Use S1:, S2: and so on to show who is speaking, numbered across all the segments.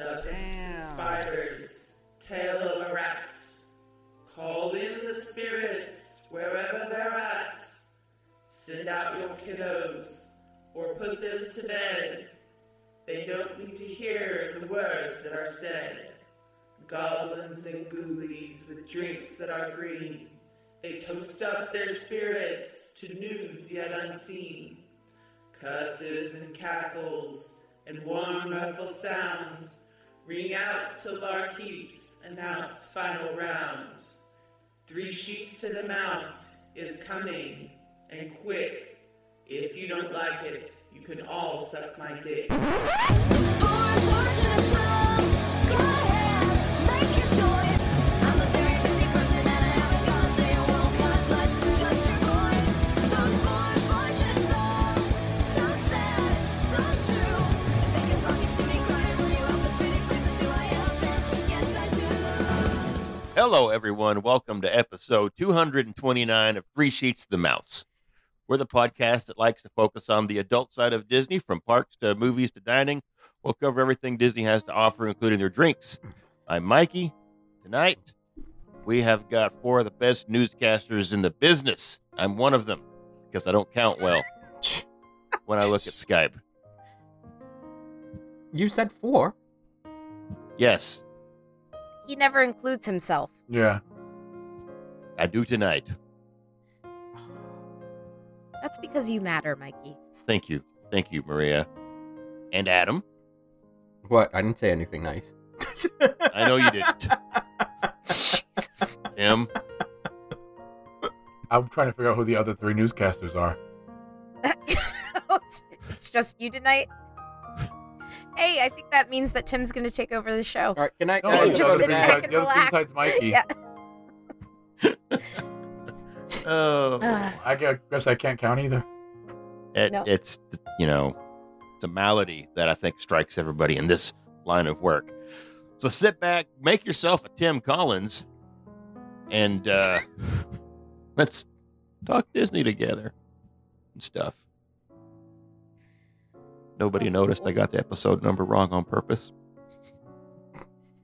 S1: serpents, spiders, tail of a rat. Call in the spirits wherever they're at. Send out your kiddos or put them to bed. They don't need to hear the words that are said. Goblins and ghoulies with drinks that are green. They toast up their spirits to nudes yet unseen. Curses and cackles and warm ruffle sounds ring out till Larkeets announce final round. Three sheets to the mouse is coming, and quick. If you don't like it, you can all suck my dick.
S2: Hello, everyone. Welcome to episode 229 of Three Sheets to the Mouse. We're the podcast that likes to focus on the adult side of Disney, from parks to movies to dining. We'll cover everything Disney has to offer, including their drinks. I'm Mikey. Tonight, we have got four of the best newscasters in the business. I'm one of them because I don't count well when I look at Skype.
S3: You said four.
S2: Yes,
S4: He never includes himself.
S5: Yeah.
S2: I do tonight.
S4: That's because you matter, Mikey.
S2: Thank you. Thank you, Maria. And Adam.
S3: What? I didn't say anything nice.
S2: I know you didn't.
S4: Oh, Jesus.
S2: Tim.
S5: I'm trying to figure out who the other three newscasters are.
S4: it's just you tonight. Hey, I think that means that Tim's going to take over the
S3: All
S4: show.
S3: right, can I?
S5: No,
S3: can I
S4: you
S5: the
S4: just
S5: other
S4: sit
S5: three
S4: back
S5: besides-
S4: and
S5: the other three
S4: relax.
S5: besides Mikey.
S4: Yeah.
S2: Oh.
S5: I gu- guess I can't count either.
S2: It,
S4: Uh, No.
S2: It's you know, it's a malady that I think strikes everybody in this line of work. So sit back, make yourself a Tim Collins, and uh, let's talk Disney together and stuff.
S4: Oh.
S2: Nobody noticed I got the episode number wrong on purpose.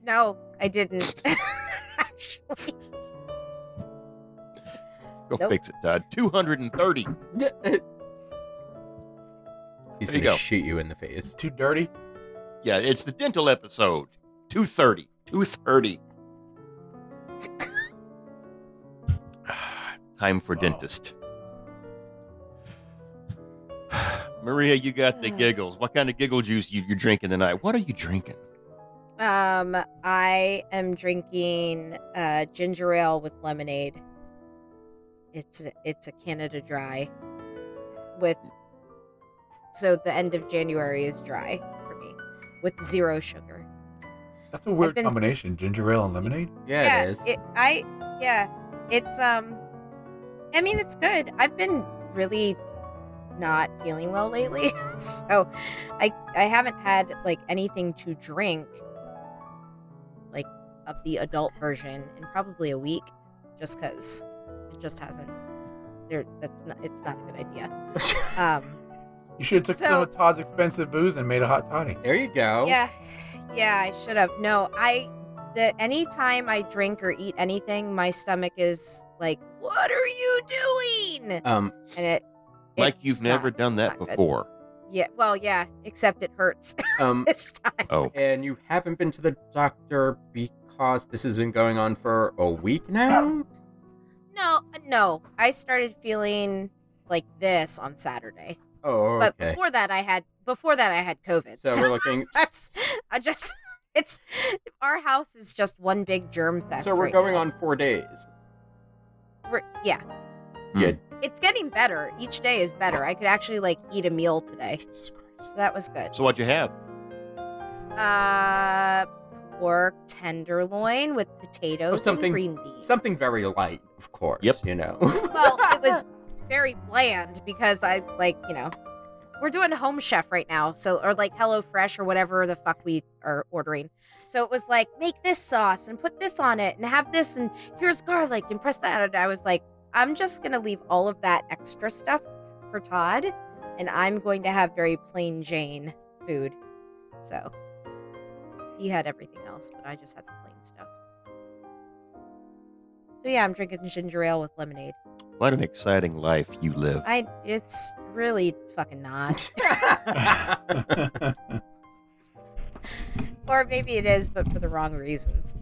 S4: no, I didn't. Actually,
S2: Go
S4: Nope.
S2: fix it, Todd. Two hundred and thirty.
S3: He's
S2: There you
S3: gonna
S2: go.
S3: shoot you in the face.
S5: Too dirty?
S2: Yeah, it's the dental episode. Two thirty. Two thirty. Time for
S5: Wow.
S2: dentist. Maria, you got the
S4: Ugh.
S2: giggles. What kind of giggle juice you you drinking tonight? What are you drinking?
S4: um, I am drinking uh, ginger ale with lemonade. It's a, it's a Canada Dry. With so the end of January is dry for me, with zero sugar.
S5: That's a weird
S4: been-
S5: combination. Ginger ale and lemonade?
S3: Yeah, it is.
S4: I yeah, it's um, I mean it's good. I've been really not feeling well lately, so I I haven't had like anything to drink, like of the adult version in probably a week, just because it just hasn't. There, that's not. It's not a good idea. Um.
S5: You should have took some
S4: So-
S5: of Todd's expensive booze and made a hot toddy.
S3: there you go.
S4: Yeah, yeah, I should have. No, I. The anytime I drink or eat anything, my stomach is like, "What are you doing?"
S3: Um,
S4: And it.
S2: Like
S4: it's
S2: you've never
S4: not-
S2: done that
S4: not good.
S2: before.
S4: Yeah. Well, yeah. Except it hurts
S3: um,
S4: this time.
S2: Oh,
S3: and you haven't been to the doctor because this has been going on for a week now.
S4: No, uh, no. I started feeling like this on Saturday,
S3: Oh,
S4: but
S3: okay.
S4: before that, I had before that I had COVID.
S3: So we're looking.
S4: that's I just it's our house is just one big germ fest.
S3: So we're
S4: right
S3: going
S4: now.
S3: on four days.
S4: We're- yeah.
S2: Hmm.
S3: Yeah.
S4: It's getting better. Each day is better. I could actually like eat a meal today.
S3: Jesus Christ.
S4: So that was good.
S2: so what'd you have?
S4: Uh pork tenderloin with potatoes
S3: something-
S4: and green beans.
S3: Something very light, of course.
S2: Yep.
S3: You know.
S4: well, it was very bland because I like, you know, we're doing home chef right now, so or like Hello Fresh or whatever the fuck we are ordering. So it was like, make this sauce and put this on it and have this and here's garlic and press that and I was like, I'm just going to leave all of that extra stuff for Todd and I'm going to have very plain Jane food. So He had everything else, but I just had the plain stuff. So yeah, I'm drinking ginger ale with lemonade.
S2: What an exciting life you live.
S4: I it's really fucking not. or maybe it is, but for the wrong reasons.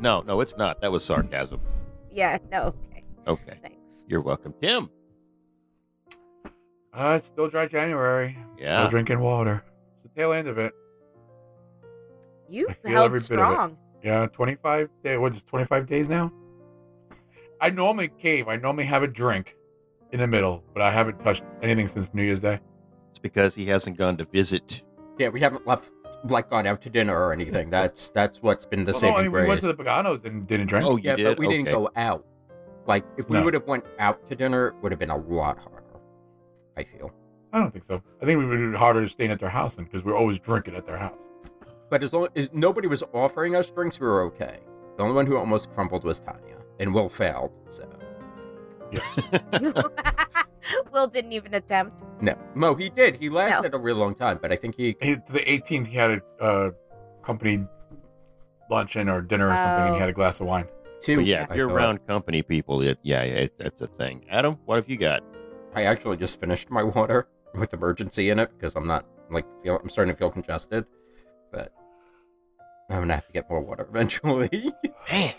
S2: No, no, it's not. That was sarcasm.
S4: Yeah, no. Okay.
S2: Okay.
S4: Thanks.
S2: You're welcome. Tim.
S5: Uh, it's still dry January. Still
S2: Yeah.
S5: drinking water. It's the tail end of it.
S4: You
S5: I feel every
S4: held
S5: bit of it.
S4: strong.
S5: Yeah, 25 day. What is it, 25 days now? I normally cave. I normally have a drink in the middle, but I haven't touched anything since New Year's Day.
S2: It's because he hasn't gone to visit.
S3: Yeah, we haven't left, like, gone out to dinner or anything. That's that's what's been the
S5: Well,
S3: saving
S5: no, I mean, we
S3: grace.
S5: went to the Paganos and didn't drink.
S2: Oh, you
S3: yeah,
S2: did?
S3: but we
S2: Okay.
S3: didn't go out. Like, if we
S5: No.
S3: would have went out to dinner, it would have been a lot harder. I feel.
S5: I don't think so. I think we would do harder staying at their house because we're always drinking at their house.
S3: But as long as nobody was offering us drinks, we were okay. The only one who almost crumbled was Tanya, and Will failed. So
S4: Will didn't even attempt.
S3: no, Mo, he did. He lasted a real long time, but I think he
S5: He, to the 18th, he had a uh, company luncheon or dinner or something,
S4: Oh.
S5: and he had a glass of wine.
S3: too.
S2: But yeah,
S3: I
S2: you're
S3: felt.
S2: around company people. It, yeah, it, that's a thing. Adam, what have you got?
S3: I actually just finished my water with emergency in it because I'm not like feel, I'm starting to feel congested, but I'm gonna have to get more water eventually.
S2: Man,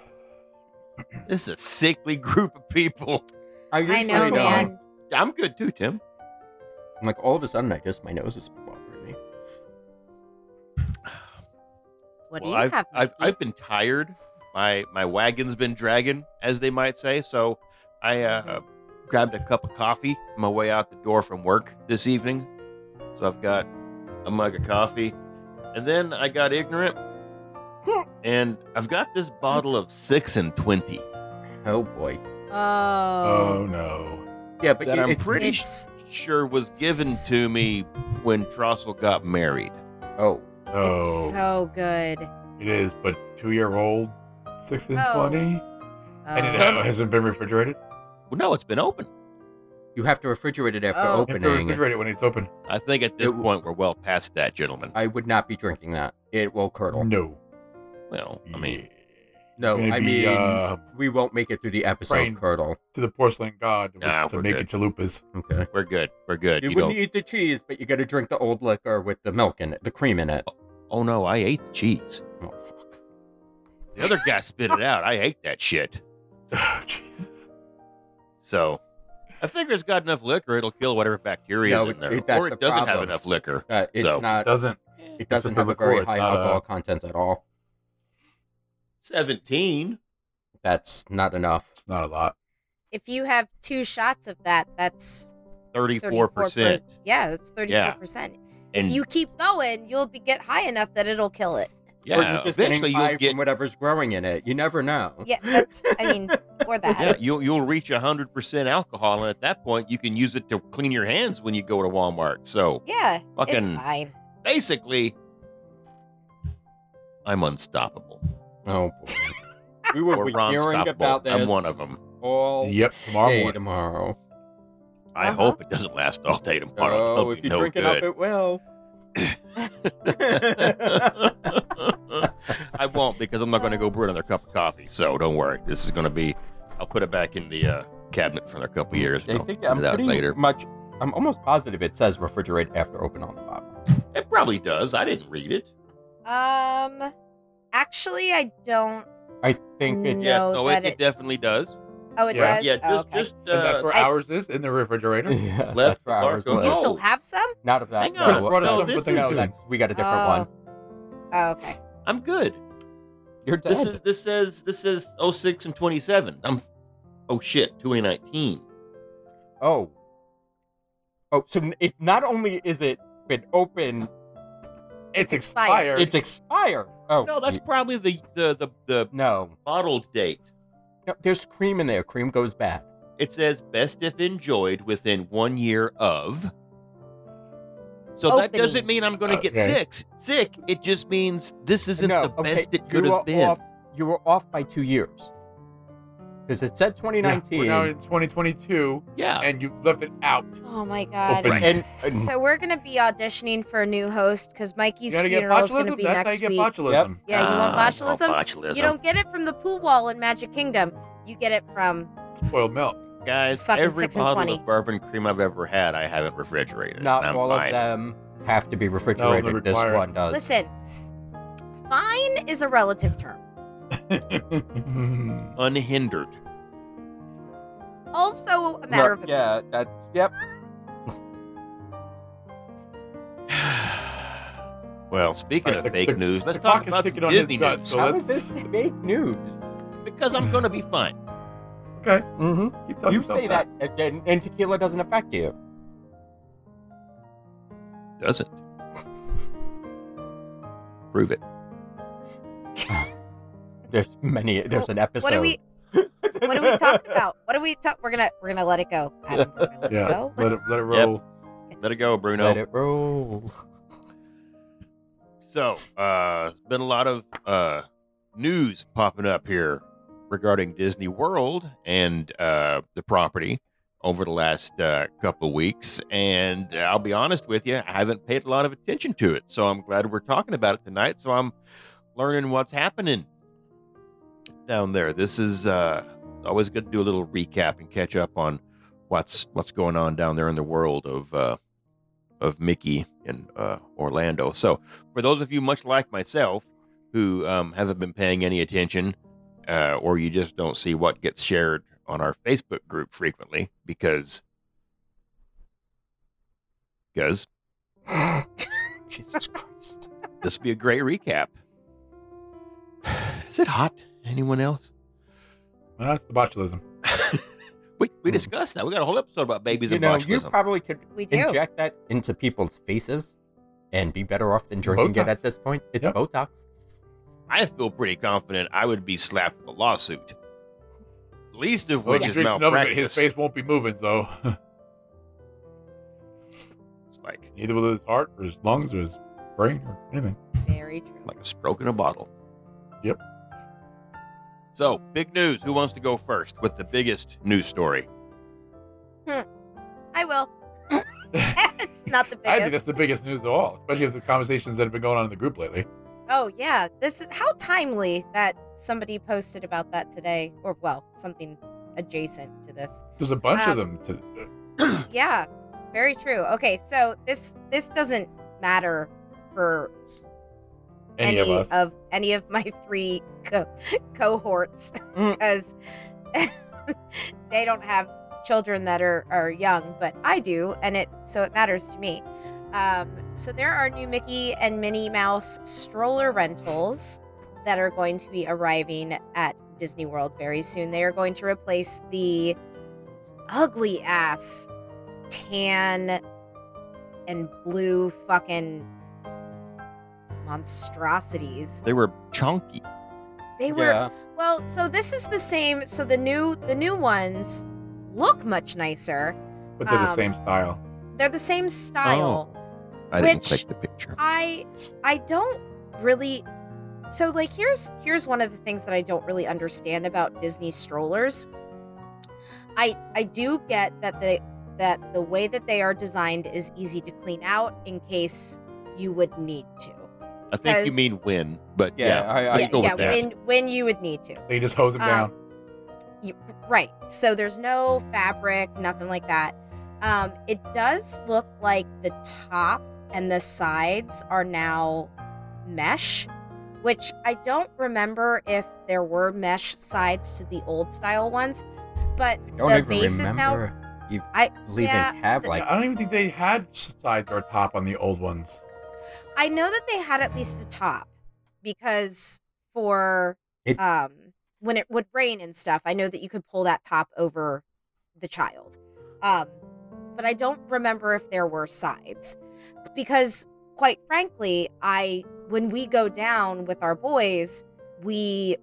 S2: this is a sickly group of people.
S3: I, um,
S4: I
S3: usually
S4: know,
S3: don't.
S4: man.
S2: I'm good too, Tim.
S3: Like all of a sudden, I just my nose is watering me.
S4: What do
S2: Well,
S4: you
S2: I've,
S4: have?
S2: I've,
S4: Mickey?
S2: I've been tired. My my wagon's been dragging, as they might say. So I uh, grabbed a cup of coffee on my way out the door from work this evening. So I've got a mug of coffee, and then I got ignorant, and I've got this bottle of six and twenty.
S3: Oh boy.
S5: Oh,
S4: oh.
S5: no.
S3: Yeah, but
S2: That um,
S3: you,
S2: I'm
S3: it's-
S2: pretty
S4: It's
S2: Sure was given to me when Trossel got married.
S3: Oh,
S5: Oh,
S4: it's so good.
S5: it is, but two year old, 6 and
S4: Oh.
S5: 20, and it
S4: Oh.
S5: uh, hasn't been refrigerated.
S2: Well, no, it's been open.
S3: you have to refrigerate it after
S4: Oh.
S5: You have to
S3: opening.
S5: refrigerate it when it's open.
S2: I think at this
S3: It w-
S2: point we're well past that, gentlemen.
S3: I would not be drinking that. It will curdle.
S5: No.
S2: Well, I mean,
S3: No,
S5: Gonna
S3: I
S5: be,
S3: mean
S5: uh,
S3: we won't make it through the episode
S5: Brain.
S3: curdle.
S5: to the porcelain god with-
S2: Nah,
S5: to
S2: we're
S5: make
S2: good.
S5: it chalupas.
S3: Okay.
S2: we're good. We're good.
S3: You,
S2: You
S3: wouldn't
S2: don't.
S3: eat the cheese, but you got to drink the old liquor with the milk in it, the cream in it.
S2: Oh no, I ate the cheese.
S3: Oh, fuck.
S2: The other guy spit it out. I hate that shit.
S5: Oh, Jesus.
S2: So I figure it's got enough liquor, it'll kill whatever bacteria
S3: No,
S2: is in
S3: it-
S2: there.
S3: it- that's
S2: or it
S3: the
S2: doesn't have
S3: problem.
S2: enough liquor.
S3: Uh, it's
S2: So-
S5: It
S3: not.
S5: doesn't.
S3: It doesn't
S5: It's a
S3: have a very
S5: liqueur, it's
S3: high
S5: not a-
S3: alcohol content at all.
S2: Seventeen.
S3: That's not enough.
S5: It's not a lot.
S4: If you have two shots of that, that's
S2: 34
S4: 34
S2: percent.
S4: Yeah, that's 34%.
S2: Yeah. And
S4: If you keep going, you'll be, get high enough that it'll kill it.
S3: or
S2: yeah,
S3: you're just
S2: eventually
S3: getting high
S2: you'll get
S3: from whatever's growing in it. You never know.
S4: Yeah, that's, I mean, or that.
S2: yeah, you'll you'll reach hundred percent alcohol, and at that point you can use it to clean your hands when you go to Walmart. So
S4: Yeah, it's
S2: Fucking-
S4: fine.
S2: basically I'm unstoppable.
S3: Oh, boy. we were
S2: Or
S3: hearing
S2: unstoppable.
S3: about this
S2: I'm one of them.
S3: all
S5: Yep, tomorrow
S3: day
S5: morning.
S3: tomorrow.
S2: I
S4: Uh-huh.
S2: hope it doesn't last all day tomorrow. That'll
S3: Oh,
S2: be
S3: if you
S2: no
S3: drink
S2: good.
S3: it up, it will.
S2: I won't because I'm not going to go brew another cup of coffee. So don't worry. This is going to be. I'll put it back in the uh, cabinet for another couple of years. and
S3: I
S2: I'll
S3: think
S2: get
S3: I'm
S2: it out
S3: pretty
S2: later.
S3: much. I'm almost positive it says refrigerate after open on the bottle.
S2: It probably does. I didn't read it.
S4: Um, actually, I don't.
S3: I think it.
S4: No,
S2: yes, no,
S4: that
S2: it,
S4: it-
S2: it definitely does.
S4: Oh, it
S5: Yeah.
S4: does?
S2: Yeah,
S4: Oh,
S2: just
S4: okay.
S2: just
S5: and that's
S2: uh,
S5: where
S4: I-
S5: ours is in the refrigerator.
S3: Yeah,
S2: Left
S3: that's where ours
S2: barcode.
S4: You
S3: was.
S4: still
S2: No.
S4: have some?
S3: Not of that.
S2: Hang on.
S3: no,
S5: Brought us
S2: No,
S5: up
S2: this
S5: with the
S2: is-
S3: no,
S5: guy.
S3: that's, we got a different
S4: Oh.
S3: one.
S4: Oh, okay.
S2: I'm good.
S3: You're dead.
S2: This is this says this says 06 and 27. I'm oh shit 2019.
S3: Oh. Oh, so n- it not only is it been open,
S5: It's
S4: expired.
S5: expired.
S3: it's expired. Oh
S2: No, that's probably the the the, the
S3: no.
S2: bottled date.
S3: No, there's cream in there. Cream goes bad.
S2: It says best if enjoyed within one year of. So that
S4: Opening.
S2: doesn't mean I'm going to get
S5: Okay.
S2: sick. Sick. It just means this isn't
S3: no,
S2: the
S3: okay,
S2: best it
S3: you
S2: could
S3: were
S2: have been.
S3: Off, you were off by two years. Because it said
S5: Yeah,
S3: 2019.
S5: We're now in 2022,
S2: Yeah.
S5: and you left it out.
S4: Oh my god.
S5: Open. Right.
S3: And, and
S4: So we're gonna be auditioning for a new host because
S5: You
S4: Mikey's
S5: gotta get
S4: funeral is gonna
S5: botulism.
S4: be
S5: That's how you
S4: next
S5: get
S4: week.
S5: botulism.
S4: Yeah, you want
S2: Ah, oh,
S4: botulism?
S2: botulism.
S4: You don't get it from the pool wall in Magic Kingdom. You get it from
S5: Spoiled milk.
S2: Guys,
S4: Fucking
S2: every
S4: six and
S2: bottle
S4: 20.
S2: of bourbon cream I've ever had, I haven't refrigerated.
S3: not
S2: and I'm
S3: all
S2: fine.
S3: of them have to be refrigerated. this
S5: required.
S3: one does.
S4: Listen, fine is a relative term.
S2: Unhindered.
S4: Also a matter of
S3: Right,
S4: opinion.
S3: Yeah, that's yep.
S2: well, speaking
S5: All right,
S2: of
S5: the-
S2: fake
S5: the-
S2: news, let's
S5: the
S2: talk
S5: clock is
S2: about some
S5: ticking on his
S2: Disney
S5: gut,
S2: news
S5: so
S3: How
S5: let's-
S3: is this fake news?
S2: because I'm going to be fine.
S5: okay.
S3: Mm-hmm.
S5: Keep telling
S3: You
S5: yourself
S3: say that, again, and tequila doesn't affect you.
S2: Doesn't. Prove it.
S3: There's many. There's an episode.
S4: What do we what do we talk about? What do we talk we're gonna we're gonna let it go. Adam. We're gonna let
S5: Yeah.
S4: it go.
S5: Let it let it roll.
S2: Let it go, Bruno.
S3: Let it roll.
S2: So, uh, it's been a lot of uh, news popping up here regarding Disney World and uh, the property over the last uh, couple of weeks. And I'll be honest with you, I haven't paid a lot of attention to it. So I'm glad we're talking about it tonight. So I'm learning what's happening down there. This is uh, always good to do a little recap and catch up on what's what's going on down there in the world of uh, of Mickey and uh, Orlando. So for those of you much like myself who um, haven't been paying any attention uh, or you just don't see what gets shared on our facebook group frequently because because
S3: Jesus Christ.
S2: this would be a great recap is it hot anyone else
S5: Ah, That's the botulism.
S2: we, we
S3: Hmm.
S2: discussed that we got a whole episode about babies
S3: you
S2: and
S3: know, you
S2: botulism
S3: probably could
S4: We do.
S3: inject that into people's faces and be better off than drinking it
S5: Botox.
S3: at this point. It's
S5: Yep.
S3: Botox.
S2: i feel pretty confident i would be slapped with a lawsuit least of which
S5: Well, if he
S2: is
S5: drinks enough of it, his
S2: malpractice
S5: face won't be moving, so
S2: it's like
S5: either with his heart or his lungs or his brain or anything.
S4: Very true.
S2: like a stroke in a bottle.
S5: Yep.
S2: So, big news. Who wants to go first with the biggest news story?
S4: I will. it's not the
S5: I think that's
S4: biggest.
S5: the biggest news of all, especially with the conversations that have been going on in the group lately.
S4: Oh yeah. This is how timely that somebody posted about that today. Or well, something adjacent to this.
S5: There's a bunch of
S4: Um,
S5: them. To, uh,
S4: Yeah, very true. Okay, so this this doesn't matter for
S5: any, of us.
S4: any of my three co- cohorts
S3: Mm.
S4: because they don't have children that are are young, but I do, and it so it matters to me. Um, so there are new Mickey and Minnie Mouse stroller rentals that are going to be arriving at Disney World very soon. They are going to replace the ugly ass tan and blue fucking monstrosities.
S2: They were chunky.
S4: They were
S3: Yeah.
S4: well, so this is the same. So the new the new ones look much nicer.
S5: but they're the
S4: um,
S5: same style.
S4: They're the same style.
S2: Oh. I didn't
S4: Which-
S2: click the picture.
S4: I I don't really so like here's here's one of the things that I don't really understand about Disney strollers. I I do get that the that the way that they are designed is easy to clean out in case you would need to.
S2: I think you
S4: because-
S2: mean win, but
S3: Yeah,
S2: yeah.
S3: I, I,
S4: yeah,
S2: go with
S4: yeah
S2: that.
S4: when when you would need to.
S5: They just hose them
S4: um,
S5: down.
S4: You, right. So there's no fabric, nothing like that. Um, it does look like the top and the sides are now mesh, which I don't remember if there were mesh sides to the old style ones, but
S3: don't
S4: the
S3: even
S4: base is now-
S3: remember you
S4: I-
S3: leaving
S4: yeah,
S3: have like
S5: I don't even think they had sides or top on the old ones.
S4: I know that they had at least a top because for
S3: It-
S4: um, when it would rain and stuff, I know that you could pull that top over the child. Um, but I don't remember if there were sides because, quite frankly, I when we go down with our boys, we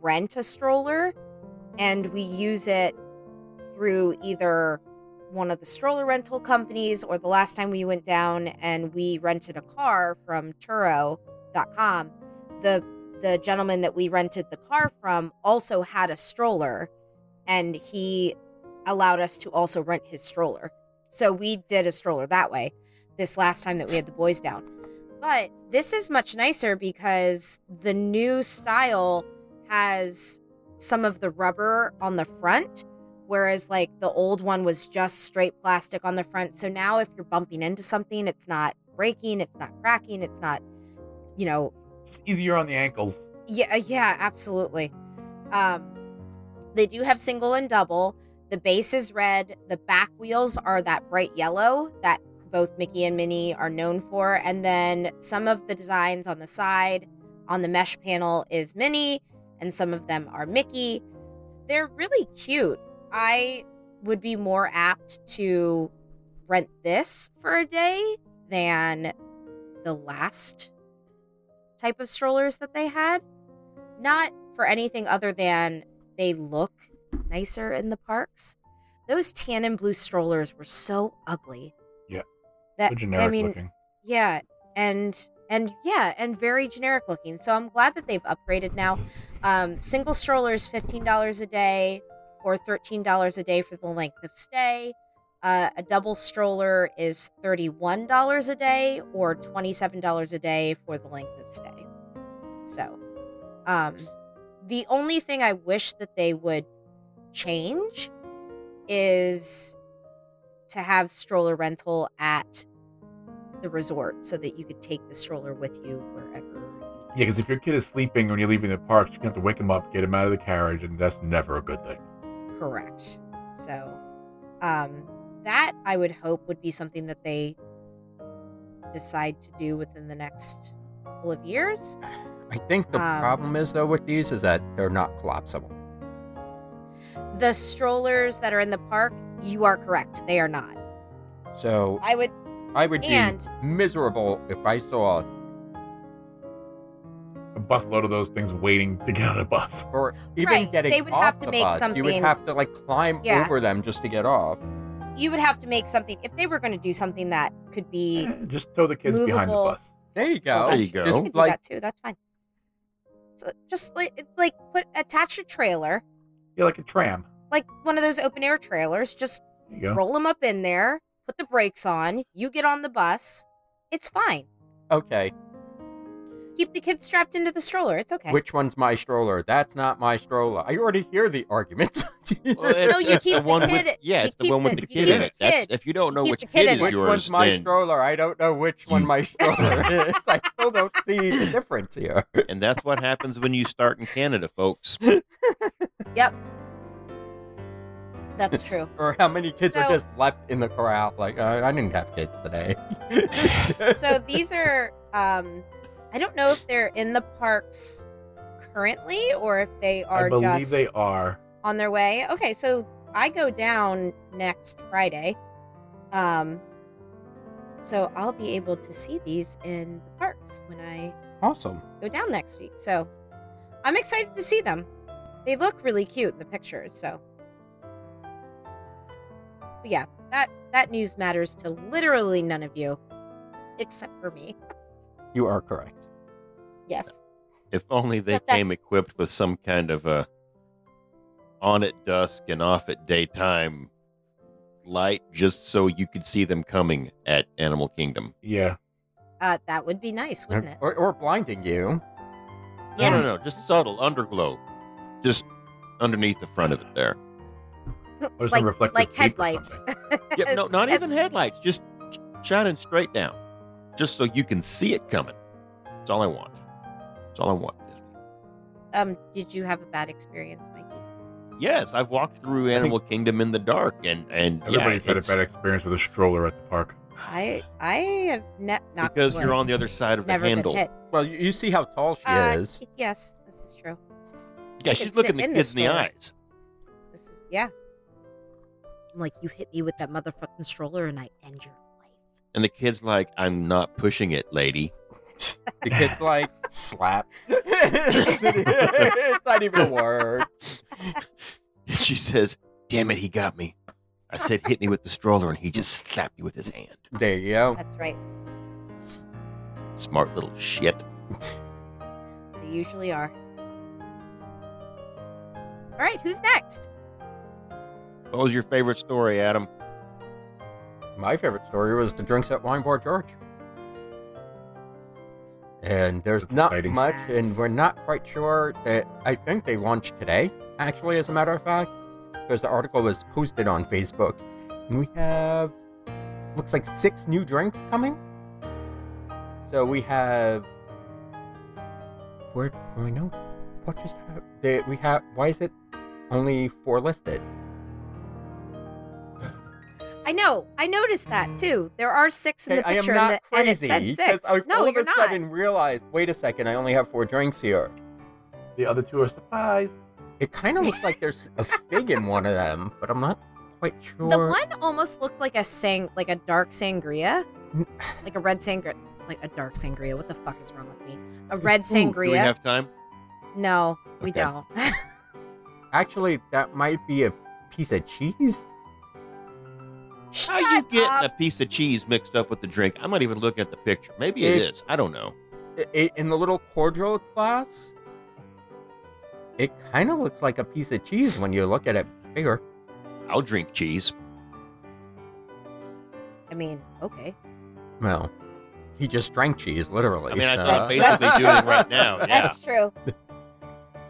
S4: rent a stroller and we use it through either one of the stroller rental companies or the last time we went down and we rented a car from turo.com the the gentleman that we rented the car from also had a stroller and he allowed us to also rent his stroller. So we did a stroller that way this last time that we had the boys down. But this is much nicer because the new style has some of the rubber on the front, whereas like the old one was just straight plastic on the front. So now if you're bumping into something, it's not breaking, it's not cracking, it's not, you know,
S5: Just easier on the ankles.
S4: yeah, uh, yeah, absolutely. Um, they do have single and double. The base is red. The back wheels are that bright yellow that both Mickey and Minnie are known for. And then some of the designs on the side, on the mesh panel, is Minnie, and some of them are Mickey. They're really cute. I would be more apt to rent this for a day than the last type of strollers that they had. Not for anything other than they look nicer in the parks. Those tan and blue strollers were so ugly.
S5: Yeah.
S4: That
S5: So generic
S4: I mean,
S5: looking.
S4: yeah, and and yeah, and very generic looking. So I'm glad that they've upgraded now. Um, single strollers, fifteen dollars a day, or thirteen dollars a day for the length of stay. Uh, a double stroller is thirty-one dollars a day, or twenty-seven dollars a day for the length of stay. So, um, the only thing I wish that they would change is to have stroller rental at the resort so that you could take the stroller with you wherever.
S5: Yeah, because if your kid is sleeping when you're leaving the park, you're gonna have to wake him up, get him out of the carriage, and that's never a good thing.
S4: Correct. So, um, that I would hope would be something that they decide to do within the next couple of years.
S3: I think the
S4: Um,
S3: problem is though with these is that they're not collapsible.
S4: The strollers that are in the park, you are correct. They are not.
S3: So
S4: I would,
S3: I would
S4: and-
S3: be miserable if I saw
S5: A busload of those things waiting to get on a bus.
S3: or even
S4: Right,
S3: getting
S4: they would
S3: off
S4: have to
S3: the
S4: make
S3: bus. You would
S4: something-
S3: have to like climb
S4: Yeah.
S3: over them just to get off.
S4: you would have to make something if they were going to do something that could be.
S5: Eh, Just tow the kids behind the
S4: Movable.
S5: bus.
S3: There you go.
S4: Well,
S2: There you
S4: that's-
S2: go.
S4: You
S3: Just
S4: can do
S3: like
S4: that too. That's fine. So just like it- like put attach a trailer,
S5: Yeah, like a tram.
S4: like one of those open air trailers. Just
S5: There you go.
S4: roll them up in there, put the brakes on. You get on the bus. It's fine.
S3: okay,
S4: Keep the kids strapped into the stroller. It's okay.
S3: which one's my stroller? That's not my stroller. I already hear the argument.
S2: Well, it's,
S4: No, you
S2: it's
S4: keep
S2: the
S4: the
S2: one
S4: kid-
S2: with yeah,
S4: you
S2: it's the
S4: keep
S2: one with
S4: the-
S2: the
S4: you
S2: kid
S4: keep
S2: in
S4: the
S2: it. That's,
S4: kid.
S2: if you don't know
S4: keep
S2: which
S4: the
S2: kid
S4: kid
S2: is
S4: in
S3: which
S2: yours,
S3: one's my
S2: then-
S3: stroller? I don't know which one
S2: You-
S3: my stroller is. I still don't see the difference here.
S2: and that's what happens when you start in Canada, folks.
S4: That's true.
S3: Or how many kids are
S4: So-
S3: just left in the corral? Like uh, I didn't have kids today.
S4: so these are. Um, I don't know if they're in the parks currently or if they are
S5: I believe
S4: just
S5: they are.
S4: on their way. Okay, so I go down next Friday. Um so I'll be able to see these in the parks when I
S3: awesome.
S4: go down next week. So I'm excited to see them. They look really cute in the pictures, so but yeah, that that news matters to literally none of you except for me.
S3: You are correct.
S4: Yes.
S2: If only they
S4: But that's-
S2: came equipped with some kind of a on at dusk and off at daytime light, just so you could see them coming at Animal Kingdom.
S5: Yeah.
S4: Uh that would be nice, wouldn't it?
S3: Or, or blinding you.
S2: No,
S4: Yeah.
S2: no, no, just subtle underglow, just underneath the front of it there.
S5: Or some
S4: Like-
S5: reflective
S4: like
S5: tape or
S4: headlights.
S5: something.
S2: Yeah, no, not
S4: That's-
S2: even headlights, just sh- shining straight down, just so you can see it coming. That's all I want. That's all I want. Disney.
S4: Um did you have a bad experience, Mikey?
S2: Yes, I've walked through Animal Kingdom in the dark, and and
S5: Everybody's
S2: yeah,
S5: had a
S2: it's-
S5: bad experience with a stroller at the park.
S4: I I have ne- not
S2: because you're on the other side of
S4: never
S2: the handle.
S4: been hit.
S3: Well, you, you see how tall she
S4: Uh,
S3: is.
S4: Yes, this is true.
S2: Yeah,
S4: I
S2: she's
S4: could
S2: looking
S4: sit
S2: the
S4: in
S2: kids
S4: this
S2: in the
S4: stroller.
S2: eyes.
S4: This is yeah. I'm like, you hit me with that motherfucking stroller, and I end your life.
S2: And the kid's like, I'm not pushing it, lady.
S3: The kid's like slap. it's not even a word.
S2: She says, Damn it, he got me. I said, Hit me with the stroller, and he just slapped me with his hand.
S3: There you go.
S4: That's right.
S2: Smart little shit.
S4: They usually are. All right, who's next?
S2: What was your favorite story, Adam?
S3: My favorite story was the drinks at Wine Bar George. And there's
S5: That's
S3: not
S5: exciting.
S3: much, and
S4: Yes.
S3: we're not quite sure that I think they launched today, actually, as a matter of fact, because the article was posted on Facebook. And we have, looks like six new drinks coming. So we have, where do I know? What just happened? They, we have, why is it only four listed?
S4: I know. I noticed that too. There are six in
S3: Okay,
S4: the
S3: I am
S4: picture,
S3: not
S4: and, the, and it
S3: crazy.
S4: said
S3: 'cause
S4: six.
S3: I
S4: no,
S3: all of
S4: you're
S3: a
S4: not.
S3: sudden realized, wait a second, I only have four drinks here.
S5: The other two are surprised.
S3: It kind of looks like there's a fig in one of them, but I'm not quite sure.
S4: The one almost looked like a sang, like a dark sangria,
S3: Mm.
S4: like a red sangria, like a dark sangria. What the fuck is wrong with me? A red
S2: Ooh, Do we
S4: sangria.
S2: have time?
S4: no, we
S2: Okay.
S4: don't.
S3: Actually, that might be a piece of cheese.
S2: How you
S4: Shut
S2: getting
S4: up.
S2: a piece of cheese mixed up with the drink? I'm not even looking at the picture. Maybe it
S3: It-
S2: is. I don't know.
S3: I- I- in the little cordial glass, it kind of looks like a piece of cheese when you look at it bigger.
S2: I'll drink cheese.
S4: I mean, okay.
S3: Well, he just drank cheese, literally.
S2: I mean, that's
S3: so-
S2: what I'm basically doing right now. Yeah,
S4: That's true.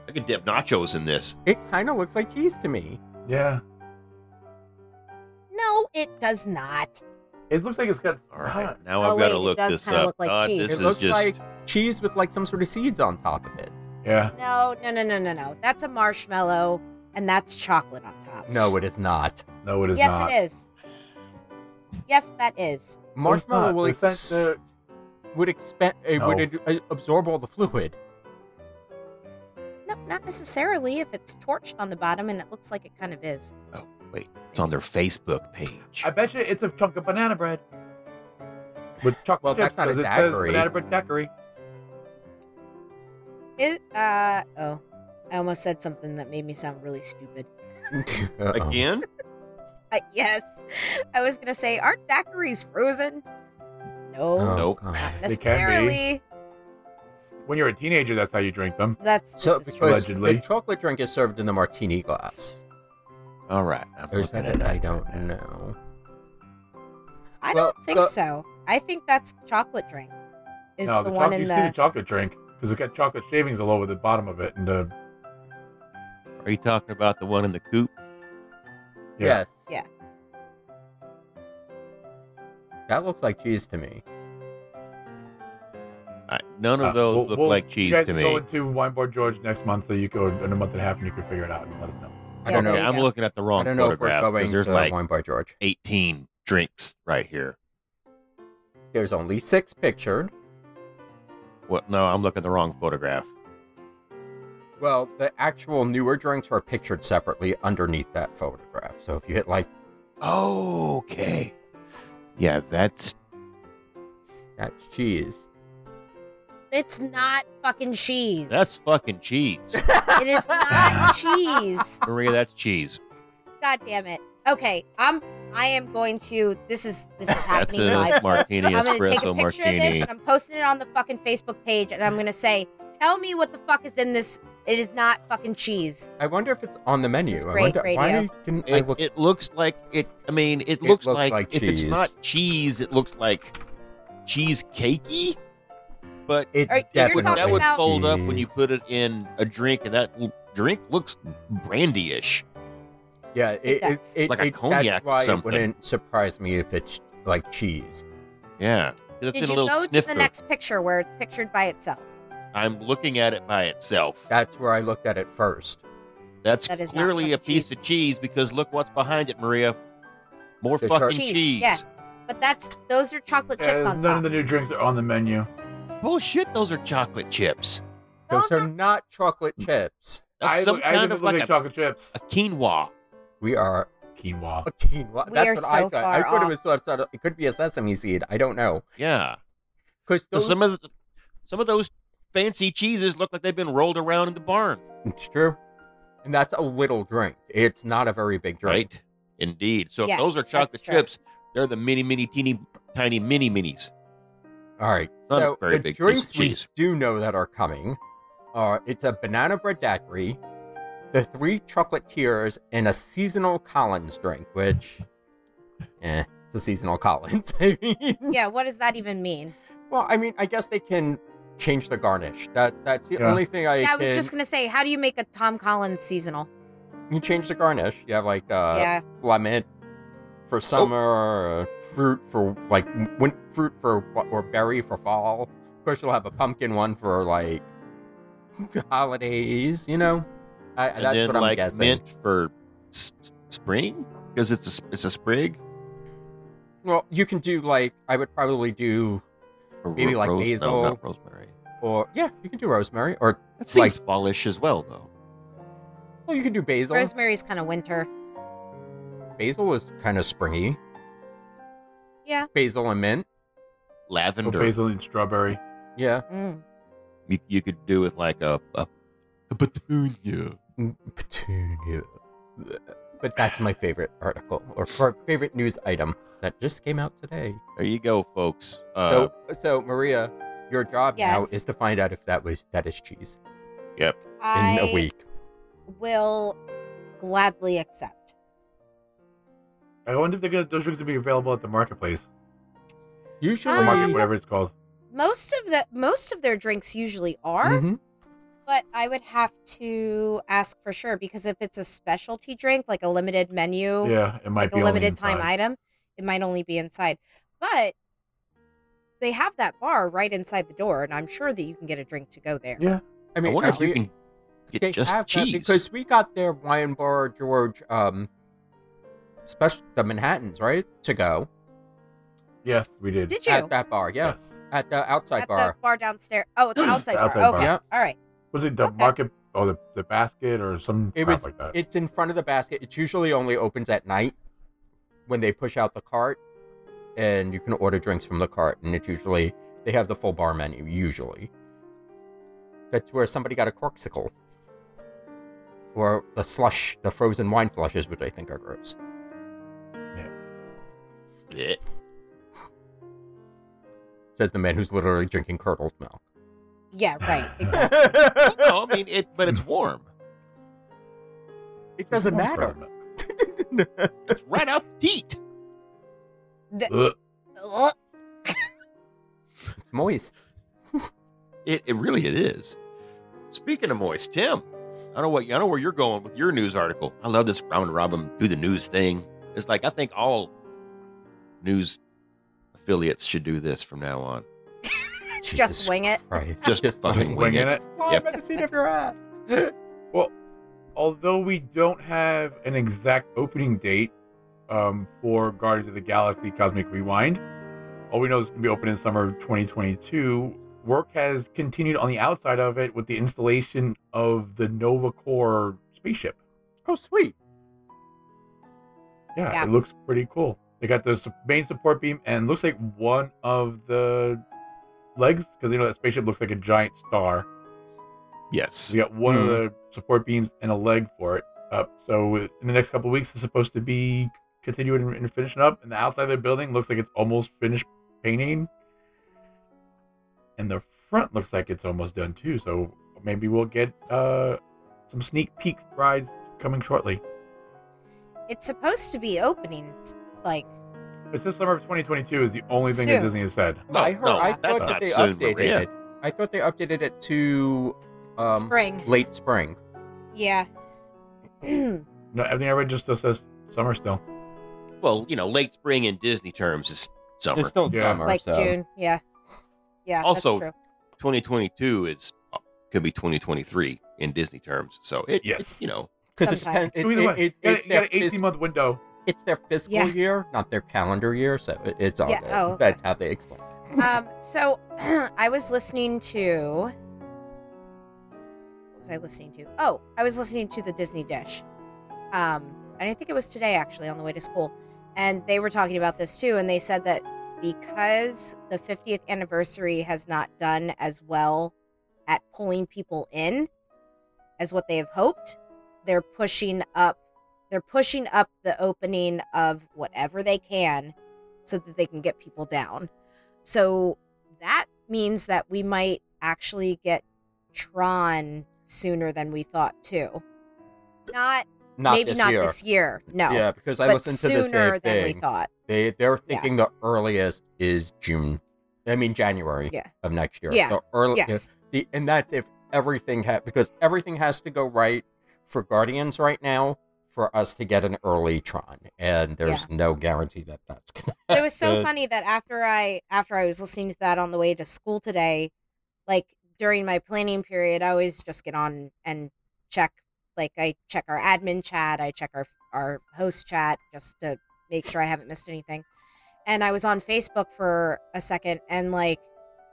S2: I could dip nachos in this.
S3: It kind of looks like cheese to me.
S5: Yeah.
S4: No, it does not.
S5: It looks like it's got.
S2: All right, now
S6: Oh,
S2: I've got
S6: wait,
S2: to
S6: it
S2: look
S6: does
S2: this
S6: kinda
S2: up.
S6: look like
S2: God,
S6: cheese.
S2: this is
S3: it looks
S2: just
S3: like cheese with like some sort of seeds on top of it.
S5: Yeah.
S6: No, no, no, no, no, no. That's a marshmallow, and that's chocolate on top.
S3: No, it is not.
S5: No, it is
S6: yes,
S5: not.
S6: it is. Yes, that is.
S3: Marshmallow
S5: not.
S3: will
S5: Is that
S3: ex-
S5: the-
S3: would expand uh,
S5: No.
S3: would ad- uh, absorb all the fluid.
S6: No, not necessarily. If it's torched on the bottom, and it looks like it kind of is.
S2: oh wait, it's on their Facebook page.
S5: I bet you it's a chunk of banana bread. With chocolate
S3: Well, that's
S5: chips,
S3: not a
S5: 'cause it says
S3: daiquiri.
S5: banana bread daiquiri.
S6: It. Uh oh. I almost said something that made me sound really stupid.
S3: Uh-oh.
S2: Again?
S4: Uh, yes, I was gonna say, aren't daiquiris frozen? No,
S3: Oh,
S2: Nope.
S3: God.
S4: not
S5: They can be.
S4: necessarily.
S5: When you're a teenager, that's how you drink them.
S4: That's
S3: So
S4: this is true.
S3: because
S5: Allegedly.
S3: the chocolate drink is served in the martini glass.
S2: All right. I'm
S3: Or is
S2: looking
S3: that it?
S2: it
S3: I
S2: up.
S3: don't know.
S4: I
S3: well,
S4: don't think
S3: the-
S4: so. I think that's the chocolate drink. Is
S5: no,
S4: the,
S5: the,
S4: one
S5: chocolate,
S4: in
S5: you
S4: the
S5: see the chocolate drink because it's got chocolate shavings all over the bottom of it, and uh,
S2: Are you talking about the one in the coop?
S5: Yeah.
S3: Yes.
S4: Yeah.
S3: That looks like cheese to me.
S2: Uh, none of
S5: uh,
S2: those
S5: we'll-
S2: look
S5: we'll-
S2: like cheese
S5: you guys
S2: to
S5: can
S2: me.
S5: Go into Wine Bar George next month, so you go in a month and a half, and you can figure it out and let us know.
S3: I
S4: Yeah,
S3: don't
S4: there
S3: know.
S2: Okay,
S4: you
S2: I'm
S4: go.
S2: looking at the
S3: I
S2: wrong
S3: don't know if we're
S2: photograph because
S3: going
S2: there's
S3: to uh,
S2: like
S3: wine bar George.
S2: 18 drinks right here.
S3: There's only six pictured.
S2: Well, no, I'm looking at the wrong photograph.
S3: Well, the actual newer drinks are pictured separately underneath that photograph. So if you hit like
S2: Okay. Yeah, that's
S3: that's cheese.
S6: It's not fucking cheese.
S2: that's fucking cheese,
S6: It is not cheese.
S2: Maria. That's cheese.
S6: God damn it.
S4: Okay, I'm. I am going to. This is this is happening
S2: a
S4: live. folks.
S2: martini,
S4: I'm going to take a
S2: espresso
S4: picture of
S2: martini.
S4: this and I'm posting it on the fucking Facebook page, and I'm going to say, "Tell me what the fuck is in this. It is not fucking cheese."
S3: I wonder if it's on the menu.
S4: is
S3: I
S4: great
S3: wonder why
S4: radio.
S3: didn't I
S2: It,
S3: look
S2: it looks like it. I mean, it, looks,
S3: looks
S2: like,
S3: like
S2: if it's
S3: cheese.
S2: not cheese, it looks like cheesecakey. But
S3: It's
S4: Are- you're
S3: definitely Mm.
S4: talking
S2: that would
S4: about-
S2: fold up
S5: Mm.
S2: when you put it in a drink, and that l- drink looks brandy-ish.
S3: Yeah, it, it,
S4: does.
S3: it-
S2: Like a
S3: it-
S2: cognac
S3: That's why
S2: something.
S3: it wouldn't surprise me if it's like cheese.
S2: Yeah, 'Cause it's in
S4: Did
S2: a
S4: you
S2: little
S4: go to
S2: snifter.
S4: the next picture where it's pictured by itself?
S2: I'm looking at it by itself.
S3: That's where I looked at it first.
S2: That's
S4: That is not
S2: clearly a
S4: fucking
S2: piece of cheese because look what's behind it, Maria. More
S3: The
S2: fucking
S3: shark-
S2: cheese.
S4: Cheese, yeah. But that's those are chocolate chips
S5: Uh,
S4: on
S5: none of
S4: top.
S5: the new drinks are on the menu.
S2: Bullshit, those are chocolate chips.
S3: Those
S4: Those
S3: are
S4: are-
S3: not chocolate
S2: Mm.
S3: chips.
S2: That's
S5: I,
S2: some
S5: look, I
S2: kind
S5: look
S2: of
S5: like,
S2: like a,
S5: chocolate chips,
S2: a quinoa.
S3: We are
S5: quinoa.
S3: a quinoa.
S4: We
S3: That's
S4: are
S3: what I
S4: so
S3: thought. I
S4: far
S3: thought it
S4: off.
S3: was sort of, it could be a sesame seed. I don't know.
S2: Yeah.
S3: Because
S2: So some of the, some of those fancy cheeses look like they've been rolled around in the barn.
S3: it's true. Mm, And that's a little drink. It's not a very big drink.
S2: Right. Indeed. So if
S4: Yes,
S2: those are
S4: that's
S2: chocolate
S4: true.
S2: chips, they're the mini, mini, teeny, tiny mini minis.
S3: All right.
S2: Not a
S3: so
S2: very
S3: the
S2: big piece of
S3: drinks we
S2: cheese.
S3: do know that are coming are it's a banana bread daiquiri, the three chocolatiers and a seasonal Collins drink, which, eh, it's a seasonal Collins. I mean,
S4: Yeah, what does that even mean?
S3: well, I mean, I guess they can change the garnish. That that's the
S5: Yeah.
S3: only thing I.
S4: I was
S3: can-
S4: just gonna say, how do you make a Tom Collins seasonal?
S3: you change the garnish. You have like uh,
S4: yeah,
S3: lemon
S2: Oh.
S3: for summer, or uh, fruit for like win- fruit for or berry for fall. Of course, you'll have a pumpkin one for like the holidays. You know, I,
S2: and
S3: that's
S2: then
S3: what I'm
S2: like
S3: guessing.
S2: mint for s- s- spring because it's a s- it's a sprig.
S3: Well, you can do like I would probably do,
S2: Or
S3: Maybe like
S2: no,
S3: basil.
S2: not rosemary.
S3: or yeah, you can do rosemary, or
S2: That seems
S3: Like- Oh,
S2: fallish as well, though.
S3: well, you can do basil.
S4: rosemary's kind of winter.
S3: basil is kind of springy.
S4: Yeah.
S3: Basil and mint.
S5: Or
S2: Lavender.
S5: basil and strawberry.
S3: Yeah,
S4: Mm.
S2: You, you could do with like a a, a petunia.
S3: Mm, petunia. But that's my favorite article or f- favorite news item that just came out today.
S2: There you go, folks. Uh,
S3: So, so Maria, your job now
S4: Yes.
S3: is to find out if that was that is cheese in
S6: I
S3: a week.
S4: Will gladly accept.
S5: I wonder if they're gonna, those drinks will be available at the marketplace.
S3: Usually,
S5: Or
S4: Um,
S5: market, whatever it's called.
S4: Most of the most of their drinks usually are,
S3: Mhm.
S4: but I would have to ask for sure because if it's a specialty drink, like a limited menu,
S5: Yeah, it
S4: Oh.
S5: might
S4: like a
S5: be only
S4: limited time
S5: inside.
S4: item, it might only be inside. But they have that bar right inside the door, and I'm sure that you can get a drink to go there.
S5: Yeah.
S3: I
S2: I
S3: mean,
S2: wonder if you
S3: we-
S2: can
S3: they
S2: get just
S3: have that
S2: cheese.
S3: because we got their wine bar George um special the Manhattan's right to go
S5: Yes, we did.
S4: Did you
S3: at that bar. Yeah, at the outside
S4: at the
S3: bar.
S4: bar downstairs? Oh, it's outside,
S5: Outside
S4: bar.
S5: bar.
S4: Okay,
S3: Yep.
S4: all right.
S5: Was it the
S4: Okay.
S5: market or the, the basket or some
S3: It
S5: crap
S3: was-
S5: like that?
S3: It's in front of the basket. It usually only opens at night when they push out the cart, and you can order drinks from the cart. And it's usually they have the full bar menu. Usually, that's where somebody got a corksicle, or the slush, the frozen wine slushes, which I think are gross.
S2: Blech.
S3: Says the man who's literally drinking curdled milk.
S4: Yeah, right. Exactly.
S2: Well, no, I mean it, but it's warm.
S3: it doesn't
S5: Corn
S3: matter.
S5: bread.
S2: It's right out the teat.
S4: The-
S5: Ugh.
S4: Ugh.
S3: It's moist.
S2: It, it really it is. Speaking of moist, Tim, I don't know what I know where you're going with your news article. I love this round robin do the news thing. It's like I think all news affiliates should do this from now on.
S3: Jesus
S4: just wing it.
S3: Christ.
S2: Just fucking
S3: wing
S2: wing
S5: Winging
S2: it.
S5: it.
S3: Fly
S2: Yep.
S3: by the seat of your ass.
S5: Although we don't have an exact opening date um, for Guardians of the Galaxy Cosmic Rewind, all we know is it's going to be open in summer of 2022. Work has continued on the outside of it with the installation of the Nova Core spaceship.
S3: Oh, sweet.
S5: Yeah,
S4: Yeah.
S5: it looks pretty cool. They got the su- main support beam and looks like one of the legs because you know that spaceship looks like a giant star.
S2: Yes.
S5: So you got one
S3: Hmm.
S5: of the support beams and a leg for it up. So in the next couple of weeks, it's supposed to be continuing and- and finishing up. And the outside of the building looks like it's almost finished painting, and the front looks like it's almost done too. So maybe we'll get uh, some sneak peek rides coming shortly.
S4: It's supposed to be opening like
S5: It's this summer of 2022 is the only thing that
S4: Soon.
S5: Disney has said.
S2: No,
S3: I heard.
S2: no,
S3: I
S2: that's
S3: thought that
S2: not
S3: they
S2: soon,
S3: updated
S2: Maria.
S3: it. I thought they updated it to um,
S4: spring.
S3: late spring.
S4: Yeah. yeah,
S5: No, everything I read just still says summer still.
S2: Well, you know, late spring in Disney terms is summer.
S3: It's still
S5: Yeah.
S3: summer,
S4: like
S3: so
S4: June. Yeah. Yeah.
S2: Also-
S4: that's true.
S2: 2022 is uh, could be 2023 in Disney terms. So it,
S5: Yes.
S2: it- you know,
S3: because it depends. It,
S5: Either
S3: it-
S5: way,
S3: it-
S5: you got,
S3: it's,
S5: you got
S3: their
S5: an 18
S3: fis-
S5: month window.
S3: it's their fiscal
S4: Yeah.
S3: year, not their calendar year, so it- it's all
S4: Yeah,
S3: good.
S4: oh, okay.
S3: That's how they explain. it.
S4: um so I was listening to what was I listening to? Oh, I was listening to the Disney Dish. Um and I think it was today actually on the way to school. And they were talking about this too and they said that because the 50th anniversary has not done as well at pulling people in as what they have hoped, they're pushing up they're pushing up the opening of whatever they can so that they can get people down. So that means that we might actually get Tron sooner than we thought too. Not,
S3: Not
S4: maybe
S3: this
S4: not
S3: year.
S4: this year. No.
S3: Yeah, because I
S4: but
S3: listened to
S4: sooner
S3: the same
S4: than we
S3: thing.
S4: thought.
S3: They they're thinking the earliest is June. I mean January
S4: Yeah.
S3: of next year.
S4: Yeah.
S3: The early,
S4: Yes.
S3: the, and that's if everything ha- because everything has to go right for Guardians right now for us to get an early Tron, and there's no guarantee that that's gonna.
S6: But it was so
S3: Uh,
S6: funny that after I after I was listening to that on the way to school today,
S4: Like during my planning period, I always just get on and check. Like I check our admin chat, I check our our host chat just to make sure I haven't missed anything. And I was on Facebook for a second, and like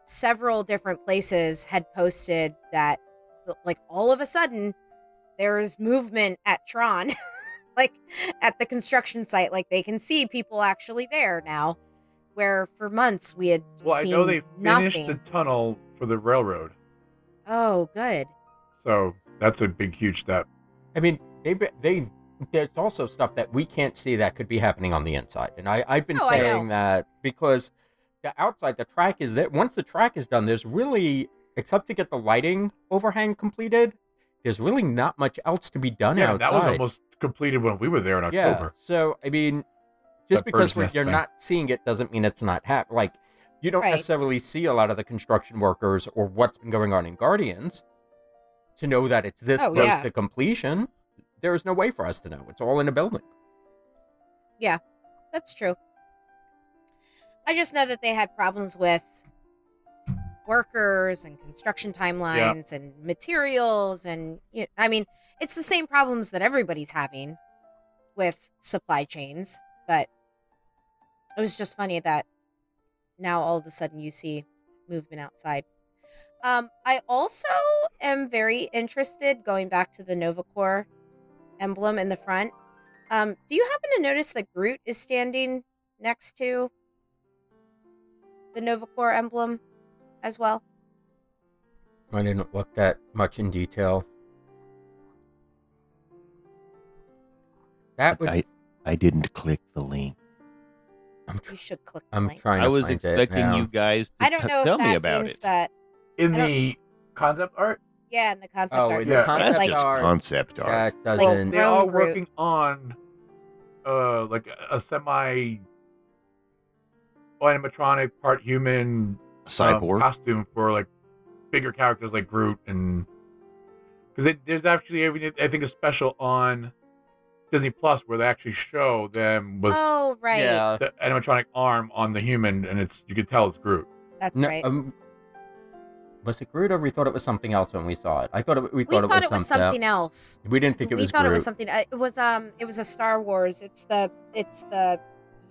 S4: several different places had posted that, like all of a sudden, there's movement at Tron, like at the construction site. Like they can see people actually there now, where for months we had
S5: Well,
S4: seen
S5: I know they finished
S4: nothing.
S5: the tunnel for the railroad,
S4: Oh, good.
S5: so that's a big, huge step.
S3: I mean, they be- they there's also stuff that we can't see that could be happening on the inside, and I I've been
S4: Oh, I know.
S3: saying that because the outside the track is there. Once the track is done, there's really except to get the lighting overhang completed. There's really not much else to be done
S5: yeah,
S3: outside.
S5: that was almost completed when we were there in
S3: yeah.
S5: October.
S3: So I mean, just
S5: That
S3: because
S5: bird's
S3: we're,
S5: nest
S3: you're
S5: thing.
S3: not seeing it doesn't mean it's not happening. Like you don't
S4: Right.
S3: necessarily see a lot of the construction workers or what's been going on in Guardians to know that it's this
S4: Oh,
S3: close
S4: yeah.
S3: to completion. There is no way for us to know. It's all in a building.
S6: that's true. I just know that they had problems with
S4: Workers and construction timelines and materials and you I mean, it's the same problems that everybody's having with supply chains, but it was just funny that now all of a sudden you see movement outside. Um, I also am very interested going back to the Novacore emblem in the front. Um, do you happen to notice that Groot is standing next to the Novacore emblem as well?
S3: I didn't look that much in detail. That would. I,
S2: I, I didn't click the link.
S3: am
S4: You should click the
S3: I'm
S4: link.
S3: trying to
S2: I was
S3: find it
S2: expecting
S3: now.
S2: you guys to
S4: I don't
S2: t-
S4: know if
S2: tell
S4: that
S2: me about
S4: means
S2: it.
S4: that.
S5: In
S4: I don't-
S5: the concept art,
S4: Yeah, in the concept
S3: Oh,
S4: art.
S3: in
S5: Yeah.
S3: the
S5: That's
S2: That's
S3: concept
S4: like,
S2: just
S3: art,
S2: concept art.
S3: That
S4: Like-
S3: doesn't.
S5: they are
S4: Road route.
S5: working on, uh, like a, a semi animatronic, part human um,
S2: Cyborg.
S5: costume for like bigger characters like Groot and because there's actually even I think a special on Disney Plus where they actually show them with
S4: oh, right.
S3: Yeah.
S5: the animatronic arm on the human and it's you could tell it's Groot.
S4: That's
S3: No,
S4: right.
S3: um, was it Groot or we thought it was something else when we saw it? I thought it, we
S4: we
S3: thought, it, was
S4: something else.
S3: We didn't think it
S4: we
S3: was
S4: thought
S3: Groot.
S4: it was something. Uh, it was um. It was a Star Wars. It's the. It's the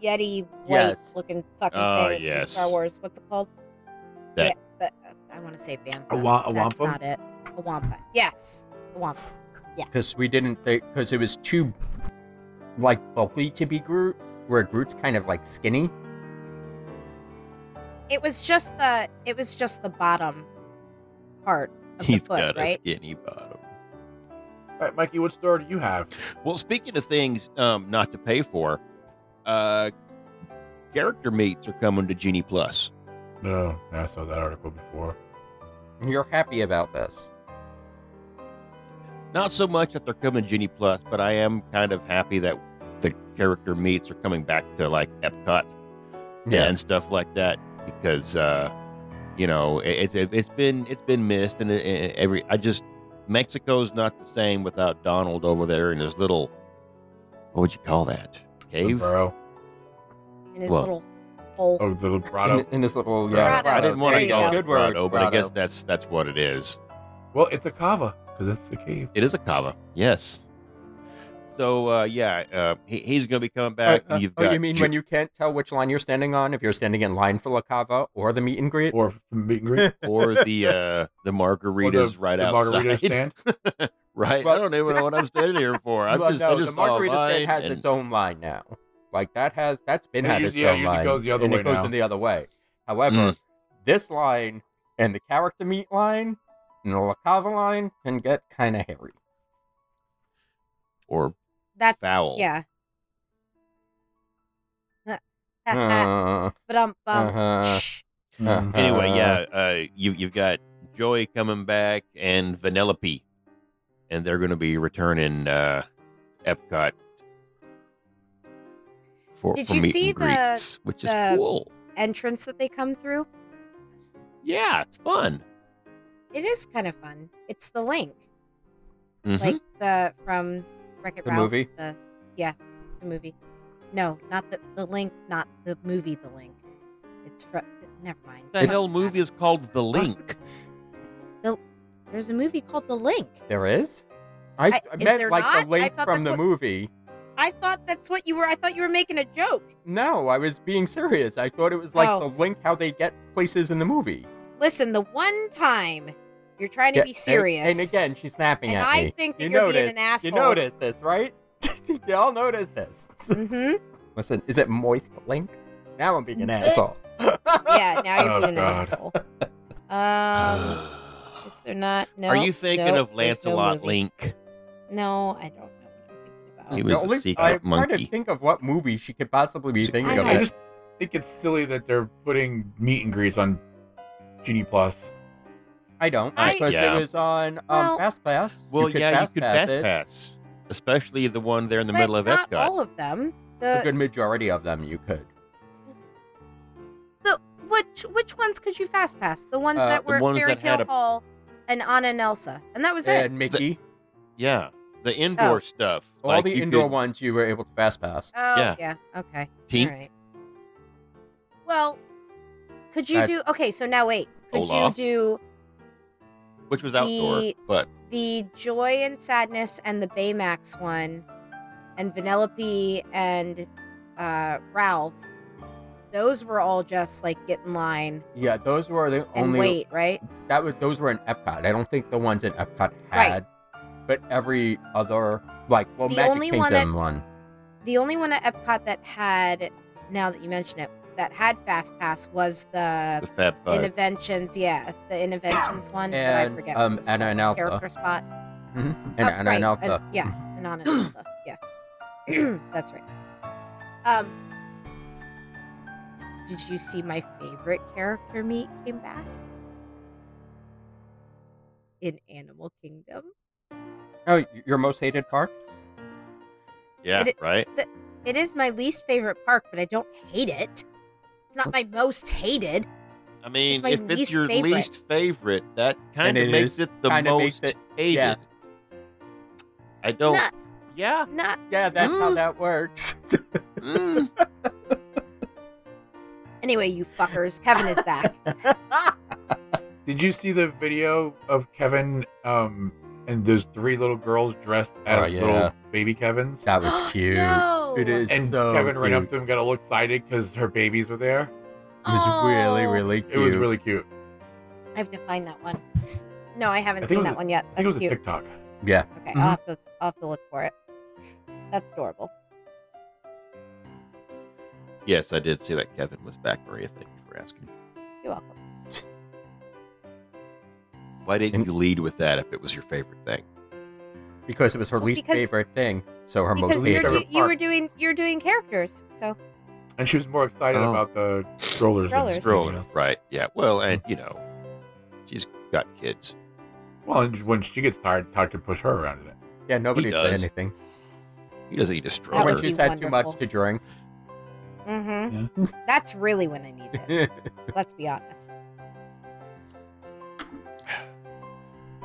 S4: Yeti white
S3: Yes.
S4: looking fucking
S2: Oh,
S4: thing. from
S2: yes.
S4: Star Wars. What's it called?
S2: That-
S4: Yeah, but uh, I want to say Bampa.
S5: A wa- a
S4: That's
S5: wampum?
S4: not it. A wampa. Yes. A wampa.
S3: because we didn't think because it was too like bulky to be Groot, where Groot's kind of like skinny.
S4: It was just the. It was just the bottom part. Of
S2: He's
S4: the foot,
S2: got
S4: right?
S2: a skinny bottom.
S5: All right, Mikey, what story do you have?
S2: Well, speaking of things um, not to pay for, uh, character meets are coming to Genie Plus.
S5: No, I saw that article before.
S3: You're happy about this?
S2: Not so much that they're coming to Genie Plus, but I am kind of happy that the character meets are coming back to like Epcot and stuff like that because uh, you know it, it's it's been it's been missed and it, it- every I just Mexico's not the same without Donald over there in his little what would you call that cave?
S5: Sombrero.
S4: In his
S2: Well,
S4: little hole.
S5: Oh, the
S3: In,
S5: vibrato.
S3: in this little yeah.
S4: Grotto.
S2: I didn't want
S4: There
S2: to
S4: you
S2: call
S4: go.
S2: it grotto, but I guess that's that's what it is.
S5: Well, it's a cava because it's a cave.
S2: It is a cava, yes. So uh, yeah, uh, he, he's going to be coming back. and you've got
S3: Uh, oh, you mean
S2: Ju-
S3: when you can't tell which line you're standing on if you're standing in line for La Cava or the meet and greet?
S5: Or meet and greet.
S2: or the uh, the margaritas right
S5: the
S2: outside.
S5: margarita stand.
S2: right? I
S3: Well-
S2: don't even know what I'm standing here for. I'm
S3: Well,
S2: just,
S3: no,
S2: I just
S3: the margarita
S2: saw a
S3: stand
S2: line
S3: has
S2: and-
S3: its own line now. Like that has that's been
S5: It
S3: had
S5: usually-
S3: its
S5: yeah, it
S3: own
S5: usually
S3: line,
S5: goes the other
S3: and
S5: way
S3: it goes
S5: now.
S3: in the other way. However,
S2: Mm.
S3: this line and the character meat line and the Lacava line can get kind of hairy.
S2: or
S4: That's
S2: foul.
S4: yeah.
S3: Uh,
S4: but um, um
S3: uh-huh.
S4: shh.
S5: Mhm.
S3: Uh,
S2: anyway, yeah, uh, you you've got Joy coming back and Vanellope and they're going to be returning uh, Epcot for,
S4: Did
S2: for
S4: you
S2: meet
S4: see
S2: and
S4: the-
S2: greets, which is
S4: the-
S2: cool.
S4: Entrance that they come through.
S2: Yeah, it's fun.
S4: It is kind of fun. It's the link,
S2: Mhm.
S4: like the from Wreck
S3: Mm-hmm.
S4: It
S3: The
S4: Ralph.
S3: movie?
S4: The yeah, the movie. No, not the the link. Not the movie. The link. It's from. Never mind.
S2: the
S4: Fuck
S2: hell
S4: that.
S2: movie is called The Link.
S4: There's a movie called The Link.
S3: There is. I,
S4: I-
S3: I
S4: is
S3: meant
S4: there
S3: like
S4: not? I
S3: the link
S4: thought
S3: from
S4: that's
S3: the
S4: what-
S3: movie.
S4: I thought that's what you were. I thought you were making a joke.
S3: No, I was being serious. I thought it was like
S4: Oh.
S3: the link how they get places in the movie.
S4: Listen, the one time you're trying to
S3: Yeah,
S4: be
S3: and-
S4: serious,
S3: And, again, she's snapping
S4: and
S3: at
S4: I
S3: me.
S4: think that
S3: you
S4: you're
S3: notice,
S4: being an asshole.
S3: You notice this, right? you all notice this.
S4: hmm
S3: Listen, is it moist link? Now I'm being an
S4: Yeah.
S3: asshole.
S4: Yeah, now you're
S5: Oh,
S4: being
S5: God.
S4: an asshole. Um, is there not? No.
S2: Are you thinking
S4: no,
S2: of
S4: there's no
S2: Lancelot
S4: movie.
S2: Link?
S4: No, I don't know what I'm thinking about.
S2: He was
S3: The
S2: a
S3: only-
S2: secret
S3: I'm trying
S2: monkey.
S3: to think of what movie she could possibly be thinking
S4: I
S3: of.
S5: I
S4: know.
S5: just think it's silly that they're putting meet and greets on Genie Plus.
S3: I don't
S4: I-
S3: because
S2: Yeah.
S3: it was on um,
S4: Well-
S3: Fast Pass.
S2: Well, yeah, you could fast
S3: it.
S2: pass, especially the one there in the
S4: But
S2: middle of
S4: not
S2: Epcot.
S4: all of them.
S3: A
S4: The
S3: good majority of them, you could.
S4: the which which ones could you fast pass? The ones
S3: Uh,
S4: that
S2: the
S4: were
S2: ones
S4: Fairy
S2: that had
S4: Tale
S2: a-
S4: Hall and Anna and Elsa, and that was it.
S3: and Mickey,
S2: yeah, the indoor stuff,
S3: all
S2: like
S3: the
S2: you
S3: indoor
S2: could
S3: ones, you were able to fast pass.
S4: Oh
S2: yeah.
S4: yeah. Okay.
S2: Tink,
S6: All right.
S4: Well, could you
S3: I-
S4: do? Okay, so now wait. Could
S2: Olaf?
S4: you do
S2: which was outdoor,
S4: The-
S2: but
S4: the Joy and Sadness and the Baymax one, and Vanellope and uh, Ralph? Those were all just like get in line
S3: Yeah, those were the
S4: and
S3: only
S4: wait, right?
S3: that was those were in Epcot. I don't think the ones in Epcot
S4: Right.
S3: had, but every other like well,
S4: The
S3: Magic
S4: only
S3: Kingdom
S4: one
S3: one,
S4: that- The only one at Epcot that had, now that you mention it, that had Fast Pass was uh, the
S2: the Fab Five.
S4: Interventions, yeah, the Interventions one, but I
S3: And,
S4: forget.
S3: um,
S4: what it was
S3: Anna
S4: called,
S3: and Elsa.
S4: Character spot.
S3: and,
S4: Oh,
S3: and, and
S4: right,
S3: Elsa.
S4: and- yeah, and Anna and Elsa. Yeah, that's right. Um, did you see my favorite character meet came back in Animal Kingdom?
S3: Oh, your most hated part?
S2: yeah,
S4: it-
S2: right.
S4: It is my least favorite park, but I don't hate it. It's not my most hated.
S2: I
S4: just
S2: mean,
S4: my
S2: if it's
S4: least
S2: your
S4: favorite.
S2: least favorite, that kind of
S3: it
S2: makes
S3: is.
S2: it the
S3: Kinda makes
S2: most
S3: it-
S2: hated.
S3: yeah.
S2: I don't.
S6: Not,
S2: Yeah.
S6: not.
S3: Yeah, that's how
S2: Mm.
S3: that works.
S2: Mm.
S4: Anyway, you fuckers, Kevin is back.
S5: Did you see the video of Kevin um, and those three little girls dressed
S3: Oh,
S5: as
S3: yeah.
S5: little baby Kevins?
S3: that was cute.
S6: No.
S3: It is
S5: And
S3: so
S5: Kevin ran up
S3: cute.
S5: to him, got all excited because her babies were there.
S3: It was really,
S6: Oh.
S3: really cute.
S5: It was really cute.
S6: I have to find that one.
S4: No, I
S5: I
S4: haven't
S5: think it
S4: seen
S5: was
S4: that
S5: a-
S4: one yet.
S5: I think it
S4: That's
S5: was a Mm-hmm.
S4: cute.
S5: TikTok.
S3: yeah.
S4: Okay,
S3: Mhm.
S4: I'll have to I'll have to look for it. That's adorable.
S2: Yes, I did see that Kevin was back, Maria. Thank you for asking.
S4: You're welcome.
S2: Why didn't
S3: And-
S2: you lead with that if it was your favorite thing?
S3: Because it was her
S4: Well,
S3: least
S4: because-
S3: favorite thing. So her most
S4: Because
S3: favorite.
S4: you're do,
S5: favorite
S4: you
S5: part.
S4: were doing you're doing characters, so
S5: And she was more excited
S2: Oh.
S5: about the strollers. than
S4: Strollers.
S5: anything
S2: Stroller,
S5: else.
S2: right? Yeah. Well, and you know, she's got kids.
S5: Well, and when she gets tired, Todd can push her around in it.
S3: Yeah, nobody
S2: He
S3: said
S2: does.
S3: anything.
S2: He doesn't need a
S3: when
S4: That
S2: stroller.
S4: would
S3: she's
S4: be
S3: had too much
S4: wonderful.
S3: to drink.
S4: mhm. that's really when I need it. Let's be honest.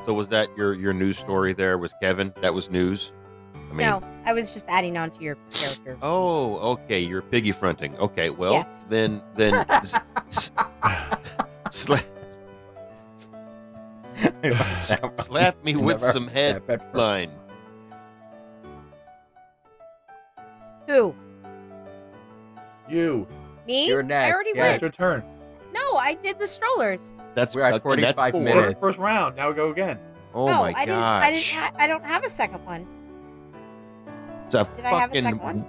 S2: So was that your your news story? There was Kevin. That was news. I mean,
S4: no, I was just adding on to your character.
S2: oh, okay. You're piggy fronting. Okay. Well,
S4: Yes.
S2: then then s- s- sla- s- slap me with
S3: Never
S2: some headline.
S4: Who?
S5: You.
S4: Me?
S3: You're next,
S4: I already
S3: yeah.
S5: Yeah,
S4: went.
S5: it's your turn.
S4: No, I did the strollers.
S2: That's
S3: We're at
S2: uh, and that's
S3: 45
S2: four.
S3: minutes.
S5: First, first round. Now go again.
S2: Oh
S4: no,
S2: my gosh!
S4: I didn't I didn't ha- I don't have a second one.
S2: It's a
S4: Did I have a
S2: fucking
S4: second one?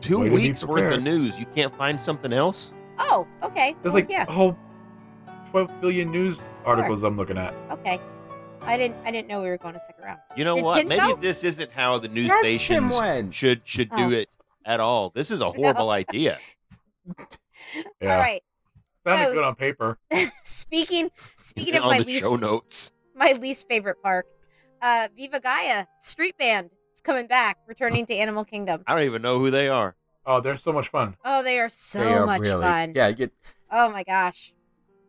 S2: two
S5: Way to be
S2: weeks worth of
S5: prepared.
S2: news. You can't find something else?
S4: Oh, okay.
S5: There's
S4: Well,
S5: like
S4: yeah,
S5: a whole 12 billion news articles I'm looking at.
S4: okay. I didn't I didn't know we were going to second round.
S2: You know
S4: Did
S2: what?
S4: Tim
S2: Maybe
S4: go?
S2: this isn't how the news
S3: Yes, Tim
S2: stations
S3: went.
S2: should should do
S4: Oh.
S2: it at all. This is a horrible idea.
S5: Yeah.
S4: All right.
S5: Sounded
S4: So-
S5: good on paper.
S4: speaking speaking of
S2: on
S4: my
S2: the
S4: least
S2: show notes.
S4: my least favorite park. uh, Viva Gaia Street Band is coming back, returning to Animal Kingdom.
S2: I don't even know who they are.
S5: Oh, they're so much fun.
S4: Oh, they are so
S3: They are
S4: much
S3: really-
S4: fun.
S3: Yeah, you get
S4: Oh my gosh.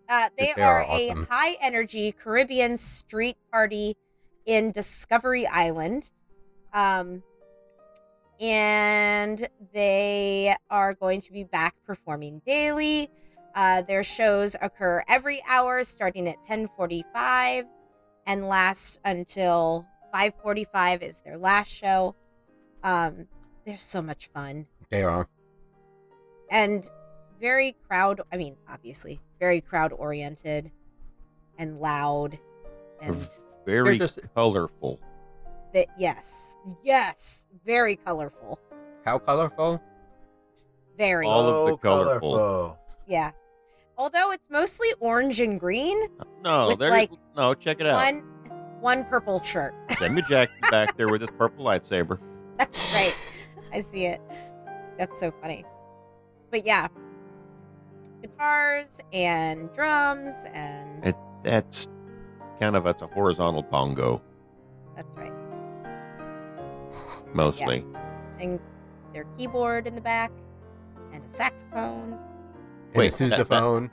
S4: Uh, they,
S3: They
S4: are,
S3: are
S4: a
S3: awesome.
S4: high energy Caribbean street party in Discovery Island. Um, and they are going to be back performing daily. Uh, their shows occur every hour starting at 1045 and last until 545 is their last show. Um, they're so much fun
S3: they are.
S4: and very crowd i mean obviously very crowd oriented and loud and
S2: Very
S3: just-
S2: colorful.
S4: that yes yes very colorful
S3: How colorful?
S4: very
S2: All of the
S5: So
S2: colorful.
S4: yeah although it's mostly orange and green
S2: No,
S4: With,
S2: they're
S4: like,
S2: no. Check it out.
S4: one one purple shirt
S2: Samuel Jackson back there with his purple lightsaber.
S4: that's right i see it that's so funny but yeah guitars and drums and
S2: It- That's kind of that's a horizontal bongo
S4: that's right
S2: mostly.
S4: and their keyboard in the back and a saxophone
S3: And
S2: Wait,
S3: a
S2: that- that's-
S3: sousaphone.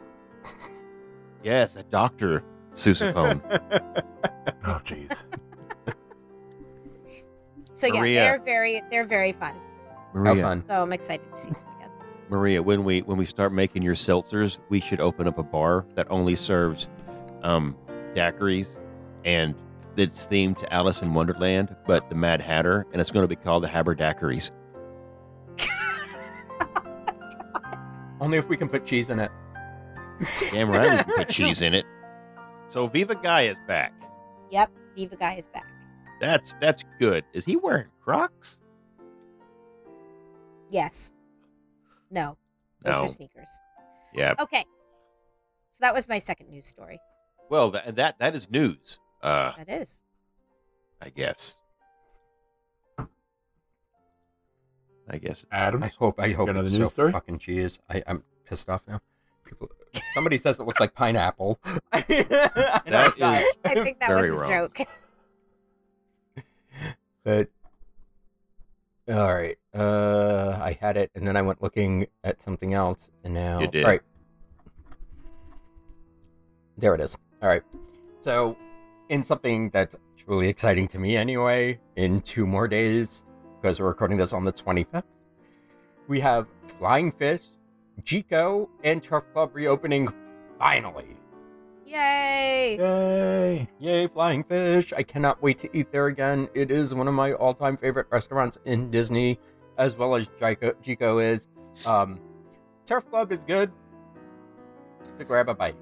S2: Yes, a doctor sousaphone.
S5: Oh, jeez.
S4: So yeah,
S2: Maria.
S4: they're very they're very fun.
S3: How
S2: Maria,
S3: fun.
S4: So I'm excited to see them again.
S2: Maria, when we when we start making your seltzers, we should open up a bar that only serves um, daiquiris, and it's themed to Alice in Wonderland, but the Mad Hatter, and it's going to be called the Haberdaiquiris.
S3: Only if we can put cheese in it.
S2: Damn right, we can put cheese in it. So Viva Guy is back.
S4: Yep, Viva Guy is back.
S2: That's that's good. Is he wearing Crocs?
S4: Yes. No, those
S2: No.
S4: are sneakers.
S2: Yeah.
S4: Okay. So that was my second news story.
S2: Well, that that, that is news. Uh,
S4: That is.
S2: I guess. I guess.
S5: Adam.
S3: I hope. I hope
S5: another
S3: it's
S5: news
S3: so
S5: story?
S3: fucking cheese. I, I'm pissed off now. People, somebody says it looks like pineapple.
S2: That is-
S4: I think that
S2: Very
S4: was a
S2: wrong.
S4: joke.
S3: But all right, uh, I had it, and then I went looking at something else, and now
S2: You did.
S3: all right. There it is. All right. So, in something that's truly exciting to me, anyway, in two more days, because we're recording this on the twenty fifth, we have Flying Fish, Jico, and Turf Club reopening finally.
S4: Yay!
S5: Yay.
S3: Yay, Flying Fish! I cannot wait to eat there again. It is one of my all time favorite restaurants in Disney, as well as Jico, Jico is. Um, Turf Club is good to grab a bite.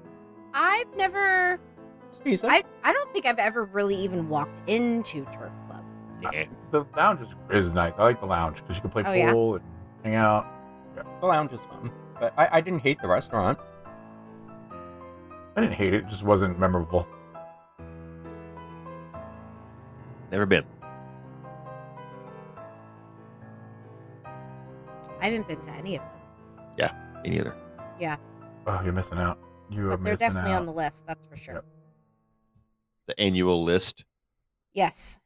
S4: I've never
S3: It's decent.
S4: I I don't think I've ever really even walked into Turf Club.
S2: Nah.
S5: The lounge is, is nice. I like the lounge because you can play
S4: Oh, yeah?
S5: pool and hang out.
S3: the lounge is fun, but I, I didn't hate the restaurant.
S5: I didn't hate it. It just wasn't memorable.
S2: Never been.
S4: I haven't been to any of them.
S2: Me neither.
S5: Oh, you're missing out. You are
S4: But they're
S5: missing
S4: definitely
S5: out.
S4: on the list, that's for sure.
S5: Yep.
S2: The annual list.
S4: Yes.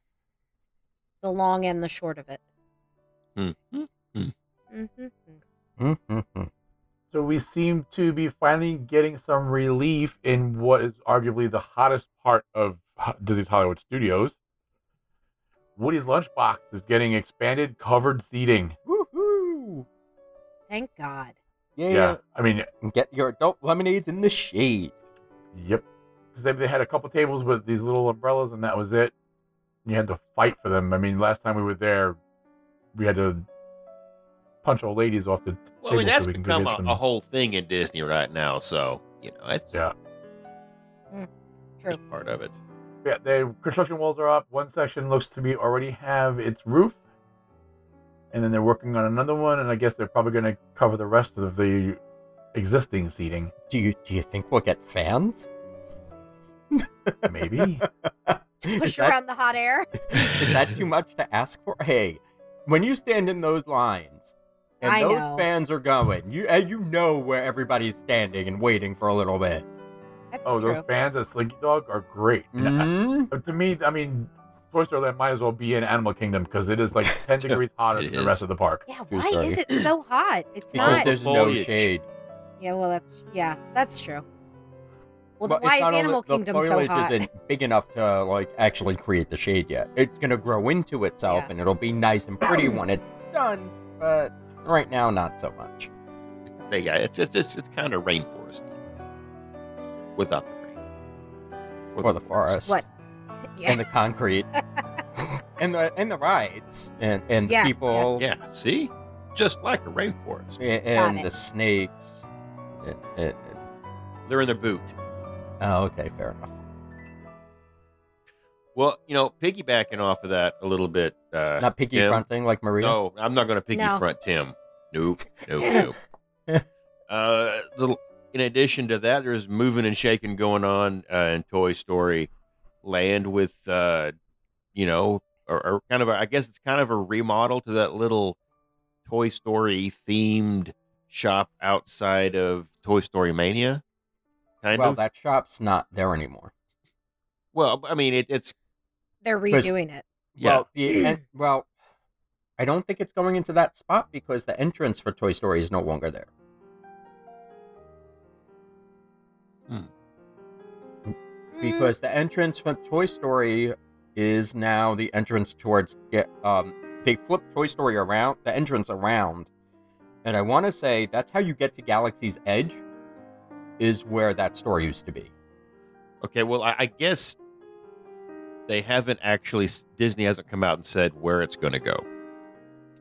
S4: The long and the short of it.
S2: Hmm.
S4: Mm-hmm.
S3: Mm-hmm.
S5: So we seem to be finally getting some relief in what is arguably the hottest part of Ho- Disney's Hollywood Studios. Woody's Lunchbox is getting expanded covered seating.
S3: Woohoo!
S4: Thank God.
S3: Yeah.
S5: Yeah. I mean,
S3: And uh, get your adult lemonades in the shade.
S5: yep. Because they, they had a couple tables with these little umbrellas and that was it. You had to fight for them. I mean, last time we were there, we had to punch old ladies off the
S2: Well, I mean,
S5: Table so
S2: that's
S5: we can go
S2: become
S5: get
S2: a,
S5: some-
S2: a whole thing in Disney right now. So, you know, that's
S5: Yeah.
S4: True.
S2: just part of it.
S5: Yeah, the construction walls are up. One section looks to be already have its roof, and then they're working on another one. And I guess they're probably going to cover the rest of the existing seating.
S3: Do you do you think we'll get fans?
S5: Maybe
S3: Is
S4: Push
S3: that-
S4: around the hot air.
S3: Is that too much to ask for? Hey, when you stand in those lines and
S4: I
S3: those
S4: know.
S3: fans are going, you and you know where everybody's standing and waiting for a little bit.
S4: That's
S5: oh,
S4: true.
S2: Mm-hmm.
S5: those fans at Slinky Dog are great. And I-
S3: Mhm.
S5: but to me, I mean, Toy Story Land might as well be in Animal Kingdom because it is like 10 degrees hotter
S2: It
S5: than the
S2: is.
S5: rest of the park.
S4: Yeah,
S3: Too
S4: why
S3: sorry.
S4: is it so hot? It's
S3: Because
S4: not.
S3: there's no
S2: Foliage.
S3: shade.
S4: Yeah, well, that's yeah, that's true. Well, then
S3: But
S4: why
S3: it's
S4: is
S3: not only-
S4: Animal
S3: the
S4: Kingdom so
S3: foliage
S4: hot?
S3: isn't big enough to like actually create the shade yet. It's gonna grow into itself,
S4: Yeah.
S3: and it'll be nice and pretty when it's done. But right now, not so much.
S2: But yeah, it's it's it's, it's kind of rainforest without the rain With
S3: Or the forest,
S4: What? Yeah,
S3: and the concrete, and the and the rides, and and the
S4: Yeah, yeah.
S3: people,
S2: Yeah, see, just like a rainforest,
S3: a- and,
S4: it.
S3: the snakes. And, and- and-
S2: they're in their boot.
S3: oh, okay, fair enough.
S2: Well, you know, piggybacking off of that a little bit. Uh,
S3: Not picky
S2: Tim?
S3: fronting like Maria.
S2: No, I'm not going to piggy
S6: No.
S2: front Tim. Nope, nope, nope. uh, the, in addition to that, there's moving and shaking going on uh, in Toy Story Land with, uh, you know, or, or kind of, a, I guess it's kind of a remodel to that little Toy Story themed shop outside of Toy Story Mania. Kind
S3: well,
S2: of.
S3: that shop's not there anymore.
S2: well, I mean, it, it's
S4: they're
S3: Chris-
S4: redoing it.
S2: yeah.
S3: Well, the en- well, I don't think it's going into that spot because the entrance for Toy Story is no longer there.
S4: Mm.
S3: Because the entrance for Toy Story is now the entrance towards get um they flipped Toy Story around the entrance around, and I want to say that's how you get to Galaxy's Edge, is where that store used to be.
S2: Okay, well, I, I guess they haven't actually. Disney hasn't come out and said where it's going to go,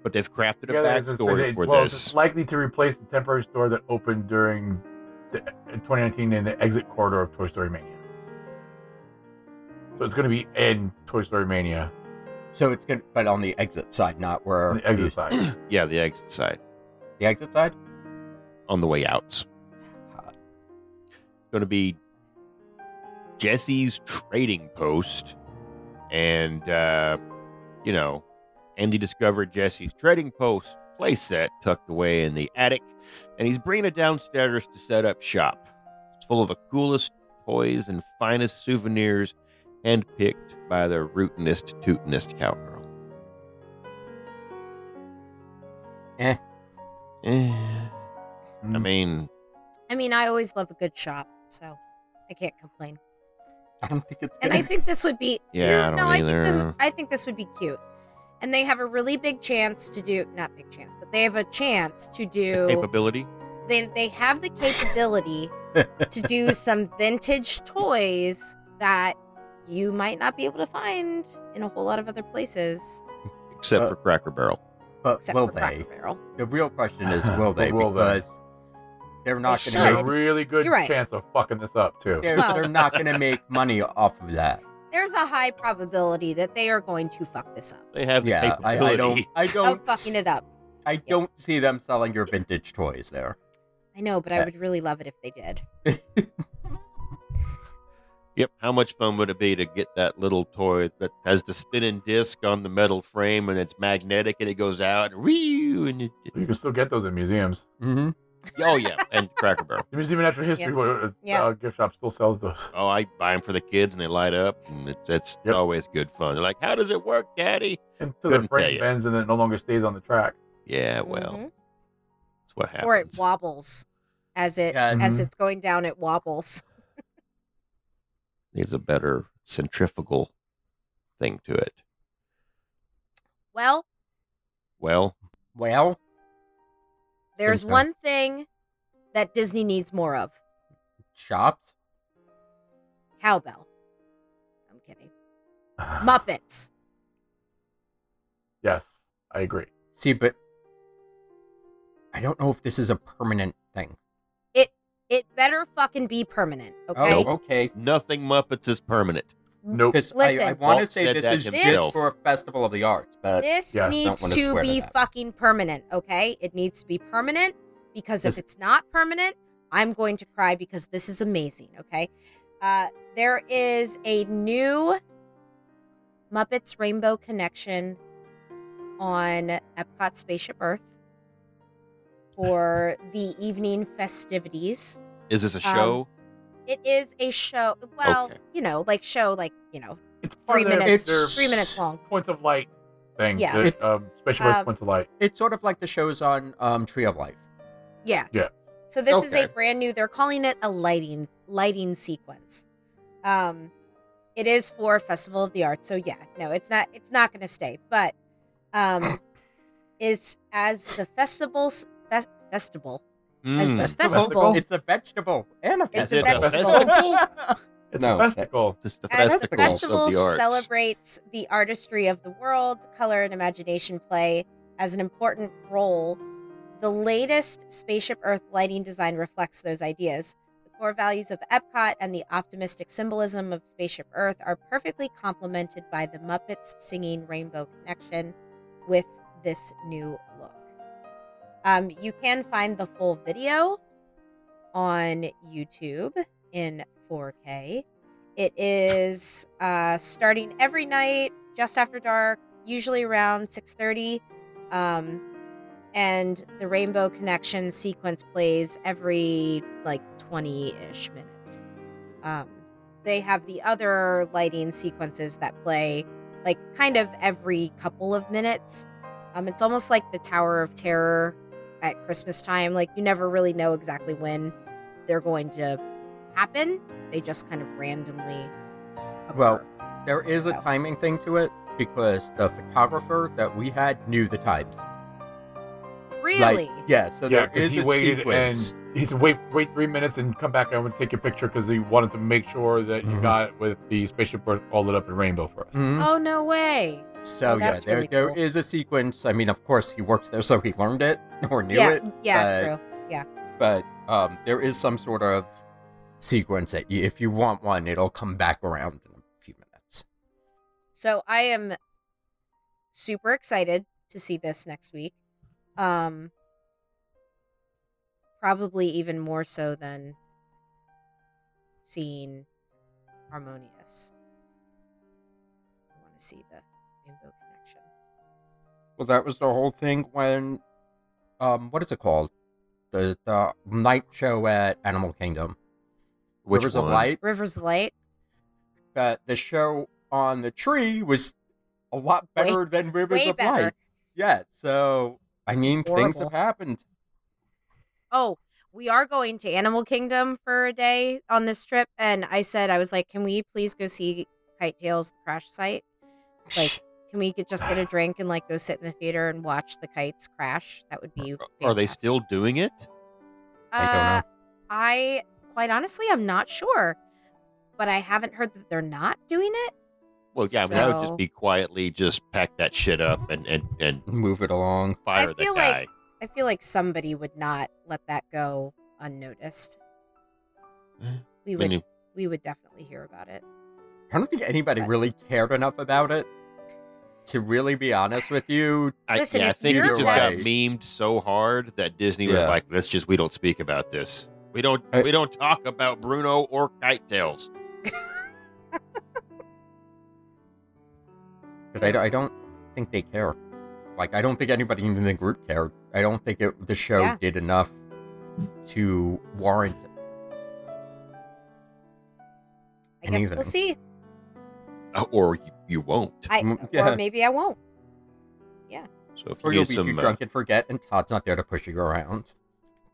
S2: but they've crafted a
S5: Yeah, there's a-
S2: backstory for
S5: well,
S2: this.
S5: It's likely to replace the temporary store that opened during the, 2019 in the exit corridor of Toy Story Mania. So it's going to be in Toy Story Mania,
S3: So it's good, but on the exit side, not where
S5: on the exit side.
S2: yeah, the exit side
S3: the exit side.
S2: on the way out.
S3: Hot.
S2: Going to be Jesse's trading post, and uh, you know, Andy discovered Jesse's trading post playset tucked away in the attic, and he's bringing it downstairs to set up shop. It's full of the coolest toys and finest souvenirs, handpicked by the rootinest, tootinest cowgirl.
S3: Eh.
S2: Eh. I
S5: Mm.
S2: mean,
S4: I mean, I always love a good shop, so I can't complain.
S3: I don't think it's.
S4: And
S3: gonna
S4: I think this would be
S2: Yeah, I
S4: no,
S2: don't
S4: I think this
S2: either.
S4: I think this would be cute. And they have a really big chance to do not big chance, but they have a chance to do
S2: capability.
S4: they they have the capability to do some vintage toys that you might not be able to find in a whole lot of other places
S2: except
S3: Uh,
S2: for Cracker Barrel.
S3: but
S4: except
S3: will
S4: for
S3: they?
S4: Cracker Barrel.
S3: The real question is, will they?
S5: Will they?
S3: because they? are not
S4: They
S3: going
S5: There's
S3: to
S5: a
S4: should.
S3: make.
S5: really good
S4: You're right.
S5: chance of fucking this up, too.
S3: They're,
S4: Well-
S3: they're not going to make money off of that.
S4: There's a high probability that they are going to fuck this up.
S2: They have the
S3: Yeah, I,
S2: capability.
S3: I don't. I
S4: Of
S3: don't.
S4: fucking it up.
S3: I don't see them selling your vintage toys there.
S4: I know, but I
S3: Uh,
S4: would really love it if they did.
S2: Yep. How much fun would it be to get that little toy that has the spinning disc on the metal frame and it's magnetic and it goes out and wee and it, it-
S5: You can still get those in museums.
S3: Mm-hmm.
S2: oh yeah and Cracker Barrel.
S5: The Museum of Natural History uh,
S4: Yeah.
S5: uh, gift shop still sells those.
S2: Oh, I buy them for the kids and they light up and it, that's
S5: Yep.
S2: always good fun. They're like, "How does it work, Daddy?"
S5: Until
S2: Couldn't
S5: the
S2: tell you.
S5: frame bends and then it no longer stays on the track.
S2: Yeah, well,
S4: Mhm.
S2: that's what happens.
S4: or it wobbles as it
S3: Yeah, Mm-hmm.
S4: as
S5: Mhm.
S4: it's going down. It wobbles.
S2: Needs a better centrifugal thing to it.
S4: Well,
S2: Well,
S3: Well,
S4: there's
S3: so.
S4: one thing that Disney needs more of:
S3: shops.
S4: cowbell. I'm kidding. Muppets.
S5: yes, I agree.
S3: See, but I don't know if this is a permanent thing.
S4: It better fucking be permanent, okay?
S3: Oh, okay.
S2: nothing Muppets is permanent.
S4: Mm-hmm.
S5: Nope.
S3: This,
S4: Listen.
S3: I, I want to
S2: Walt
S3: say
S2: said
S3: this
S2: that
S3: is
S2: himself.
S3: just for a festival of the arts, but
S4: This
S5: Yes.
S4: needs
S3: oh, Don't wanna
S4: to
S3: swear to
S4: be
S3: that.
S4: fucking permanent, okay? It needs to be permanent because if
S3: This-
S4: it's not permanent, I'm going to cry because this is amazing, okay? Uh, there is a new Muppets Rainbow Connection on Epcot Spaceship Earth for the evening festivities.
S2: Is this a
S4: Um,
S2: show?
S4: It is a show, well,
S2: Okay.
S4: you know, like show, like, you know,
S5: It's
S4: three
S5: one of their-
S4: minutes.
S5: their
S4: Three minutes long.
S5: Points of light thing.
S6: Yeah.
S5: the,
S3: It-
S5: um, special Earth
S4: Um,
S5: points of light.
S3: It's sort of like the shows on um, Tree of Life.
S4: Yeah.
S5: Yeah.
S4: So this is a
S3: Okay.
S4: brand new. They're calling it a lighting lighting sequence. Um, it is for Festival of the Arts. So yeah, no, it's not. It's not going to stay. But um, is as the festival fes- festival as the
S2: Mm.
S4: festival
S3: It's a vegetable and a
S2: Is
S4: It's a
S2: it a
S3: festival.
S2: festival?
S5: It's
S3: No,
S5: a
S3: that-
S5: festival.
S2: It's the
S4: As the
S2: festivals
S4: festival
S2: of the arts.
S4: celebrates the artistry of the world, color and imagination play as an important role. The latest Spaceship Earth lighting design reflects those ideas. The core values of Epcot and the optimistic symbolism of Spaceship Earth are perfectly complemented by the Muppets singing Rainbow Connection with this new look. Um, you can find the full video on YouTube in 4K. It is uh, starting every night, just after dark, usually around 6:30. Um, and the Rainbow Connection sequence plays every like 20-ish minutes. Um, they have the other lighting sequences that play like kind of every couple of minutes. Um, it's almost like the Tower of Terror at Christmas time. Like you never really know exactly when they're going to happen. They just kind of randomly. occur.
S3: Well, There is a
S4: Oh.
S3: timing thing to it because the photographer that we had knew the times.
S4: really?
S3: Like, yeah, so
S5: yeah,
S3: there is
S5: he
S3: a
S5: waited
S3: sequence.
S5: and he said wait wait three minutes and come back and we'll take your picture because he wanted to make sure that you
S3: Mhm.
S5: got it with the spaceship Earth all lit up in rainbow for us.
S3: Mhm.
S4: Oh no way!
S3: So
S4: Oh,
S3: yeah,
S4: that's
S3: there there
S4: really
S3: is
S4: cool.
S3: a sequence. I mean, of course, he works there, so he learned it or knew
S4: yeah,
S3: it.
S4: yeah,
S3: but-
S4: true.
S3: But um, there is some sort of sequence that you, if you want one, it'll come back around in a few minutes.
S4: So I am super excited to see this next week. Um probably even more so than seeing Harmonious. I want to see the Rainbow Connection.
S3: Well, that was the whole thing when, um, what is it called? The the night show at Animal Kingdom.
S2: Which
S3: there was
S2: one?
S3: a light
S4: Rivers of Light.
S3: that the show on the tree was a lot
S4: Way-
S3: better than Rivers
S4: way
S3: of
S4: better.
S3: Light. Yeah, so I mean, things
S4: Horrible.
S3: have happened.
S4: oh, we are going to Animal Kingdom for a day on this trip. And I said, I was like, can we please go see Kite Tails, the crash site? Like, can we get, just get a drink and like go sit in the theater and watch the kites crash? That would be.
S2: Are they
S4: fantastic."
S2: still doing it?
S3: I don't know.
S4: Uh, I quite honestly, I'm not sure, but I haven't heard that they're not doing it.
S2: Well, yeah, I mean, that would
S4: So-
S2: just be quietly just pack that shit up and and and
S3: Move it along.
S2: fire that
S4: Mm-hmm. feel
S2: guy.
S4: like- I feel like somebody would not let that go unnoticed.
S2: Eh,
S4: We
S2: I
S4: would,
S2: mean,
S4: we would definitely hear about it.
S3: I don't think anybody really cared enough about it. To really be honest with you,
S2: I,
S4: Listen,
S2: yeah, I
S4: if
S2: think it
S4: you're
S2: just got
S3: right-
S2: memed so hard that Disney was
S3: Yeah.
S2: like, "Let's just we don't speak about this. We don't
S3: I-
S2: we don't talk about Bruno or Kite Tails."
S3: because I, I don't think they care. Like, I don't think anybody in the group cared. I don't think it, the show
S4: Yeah.
S3: did enough to warrant it.
S4: I guess
S3: Anything.
S4: we'll see.
S2: Uh, Or you, you won't.
S4: I, uh,
S3: Mm, yeah.
S4: Or maybe I won't.
S2: So if
S3: Or
S2: you need
S3: you'll be
S2: some
S3: too
S2: uh,
S3: drunk and forget, and Todd's not there to push you around.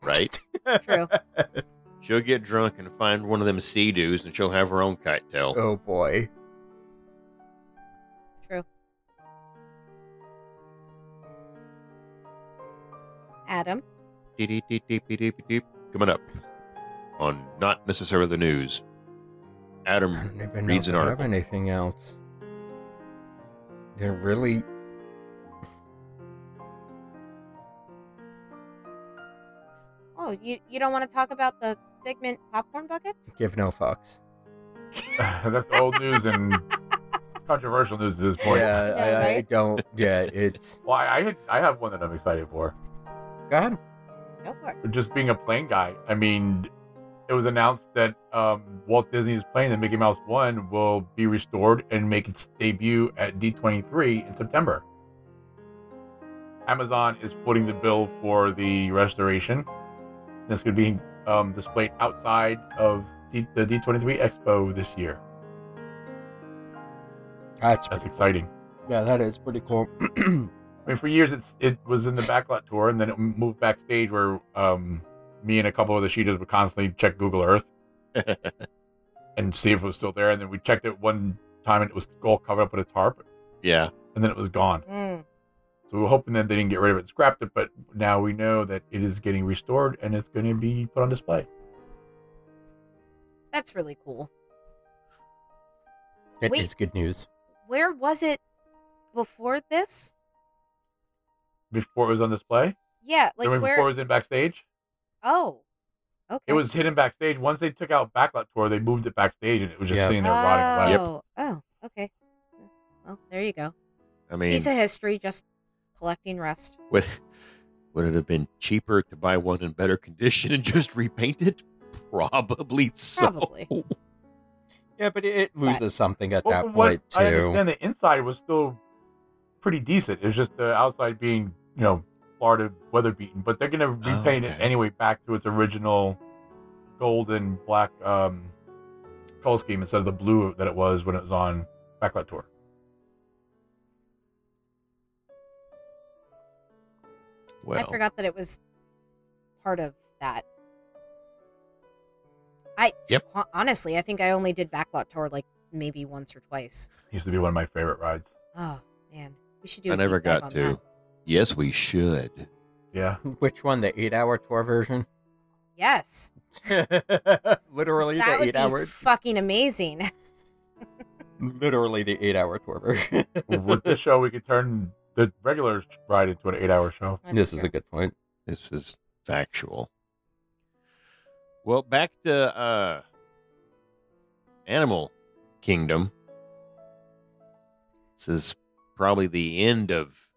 S2: right,
S4: True.
S2: she'll get drunk and find one of them sea doos, and she'll have her own kite tail.
S3: Oh boy.
S4: True. Adam,
S2: Deep, deep, deep, deep, deep, deep, deep. Coming up on not necessarily the news.
S3: I
S2: Adam
S3: don't even know
S2: Reads
S3: if
S2: an
S3: I have
S2: article.
S3: anything else. They're really.
S4: oh, you, you don't want to talk about the Figment popcorn buckets?
S3: give no fucks. Mm.
S5: That's old news and controversial news at this point.
S3: Yeah, I,
S4: Yeah,
S3: I
S4: right?
S3: don't. Yeah, it's.
S5: Well, I I, had, I have one that I'm excited for.
S3: Go ahead.
S4: Go for it.
S5: Just being a plane guy. I mean, it was announced that um, Walt Disney's plane, the Mickey Mouse One, will be restored and make its debut at D23 in September. Amazon is footing the bill for the restoration. This could be um, displayed outside of D- the D23 Expo this year.
S3: That's
S5: That's
S3: pretty
S5: exciting.
S3: cool. Yeah, that is pretty cool.
S5: I mean, for years it's it was in the backlot tour, and then it moved backstage where um, me and a couple of the sheeters would constantly check Google Earth and see if it was still there. And then we checked it one time, and it was all covered up with a tarp,
S2: yeah.
S5: and then it was gone.
S4: Mm.
S5: So we were hoping that they didn't get rid of it, and scrapped it, but now we know that it is getting restored and it's going to be put on display.
S4: That's really cool.
S3: That
S4: Wait.
S3: is good news.
S4: Where was it before this?
S5: Before it was on display,
S4: Yeah,
S5: I mean,
S4: like where?
S5: before it was in backstage,
S4: oh, okay.
S5: it was hidden backstage. Once they took out backlot tour, they moved it backstage, and it was just
S3: Yeah.
S5: sitting there rotting away.
S4: Oh, oh, okay. Well, there you go.
S2: I mean,
S4: Piece of history, just collecting rust.
S2: would would it have been cheaper to buy one in better condition and just repaint it? Probably so.
S4: Probably.
S3: Yeah, but it loses something at
S5: Well,
S3: that
S5: from what
S3: point
S5: I
S3: too.
S5: understand the inside was still pretty decent. It's just the outside being, you know, Florida weather beaten. But they're gonna
S2: Oh,
S5: repaint it
S2: okay.
S5: anyway back to its original gold and black um, color scheme instead of the blue that it was when it was on Backlot Tour.
S2: Well,
S4: I forgot that it was part of that. I
S2: Yep.
S4: hon- honestly, I think I only did backlot tour like maybe once or twice.
S5: Used to be one of my favorite rides.
S4: Oh man, we should do.
S2: I
S4: a
S2: never
S4: deep dive
S2: got
S4: on
S2: to.
S4: that.
S2: Yes, we should.
S5: Yeah.
S3: Which one? The eight-hour tour version?
S4: Yes,
S3: Literally the
S4: that would be
S3: eight-hour.
S4: fucking amazing.
S3: Literally the eight-hour tour version.
S5: With this show, we could turn the regular ride into an eight-hour show.
S3: this is a good point.
S2: This is factual. Well, back to uh Animal Kingdom. This is probably the end of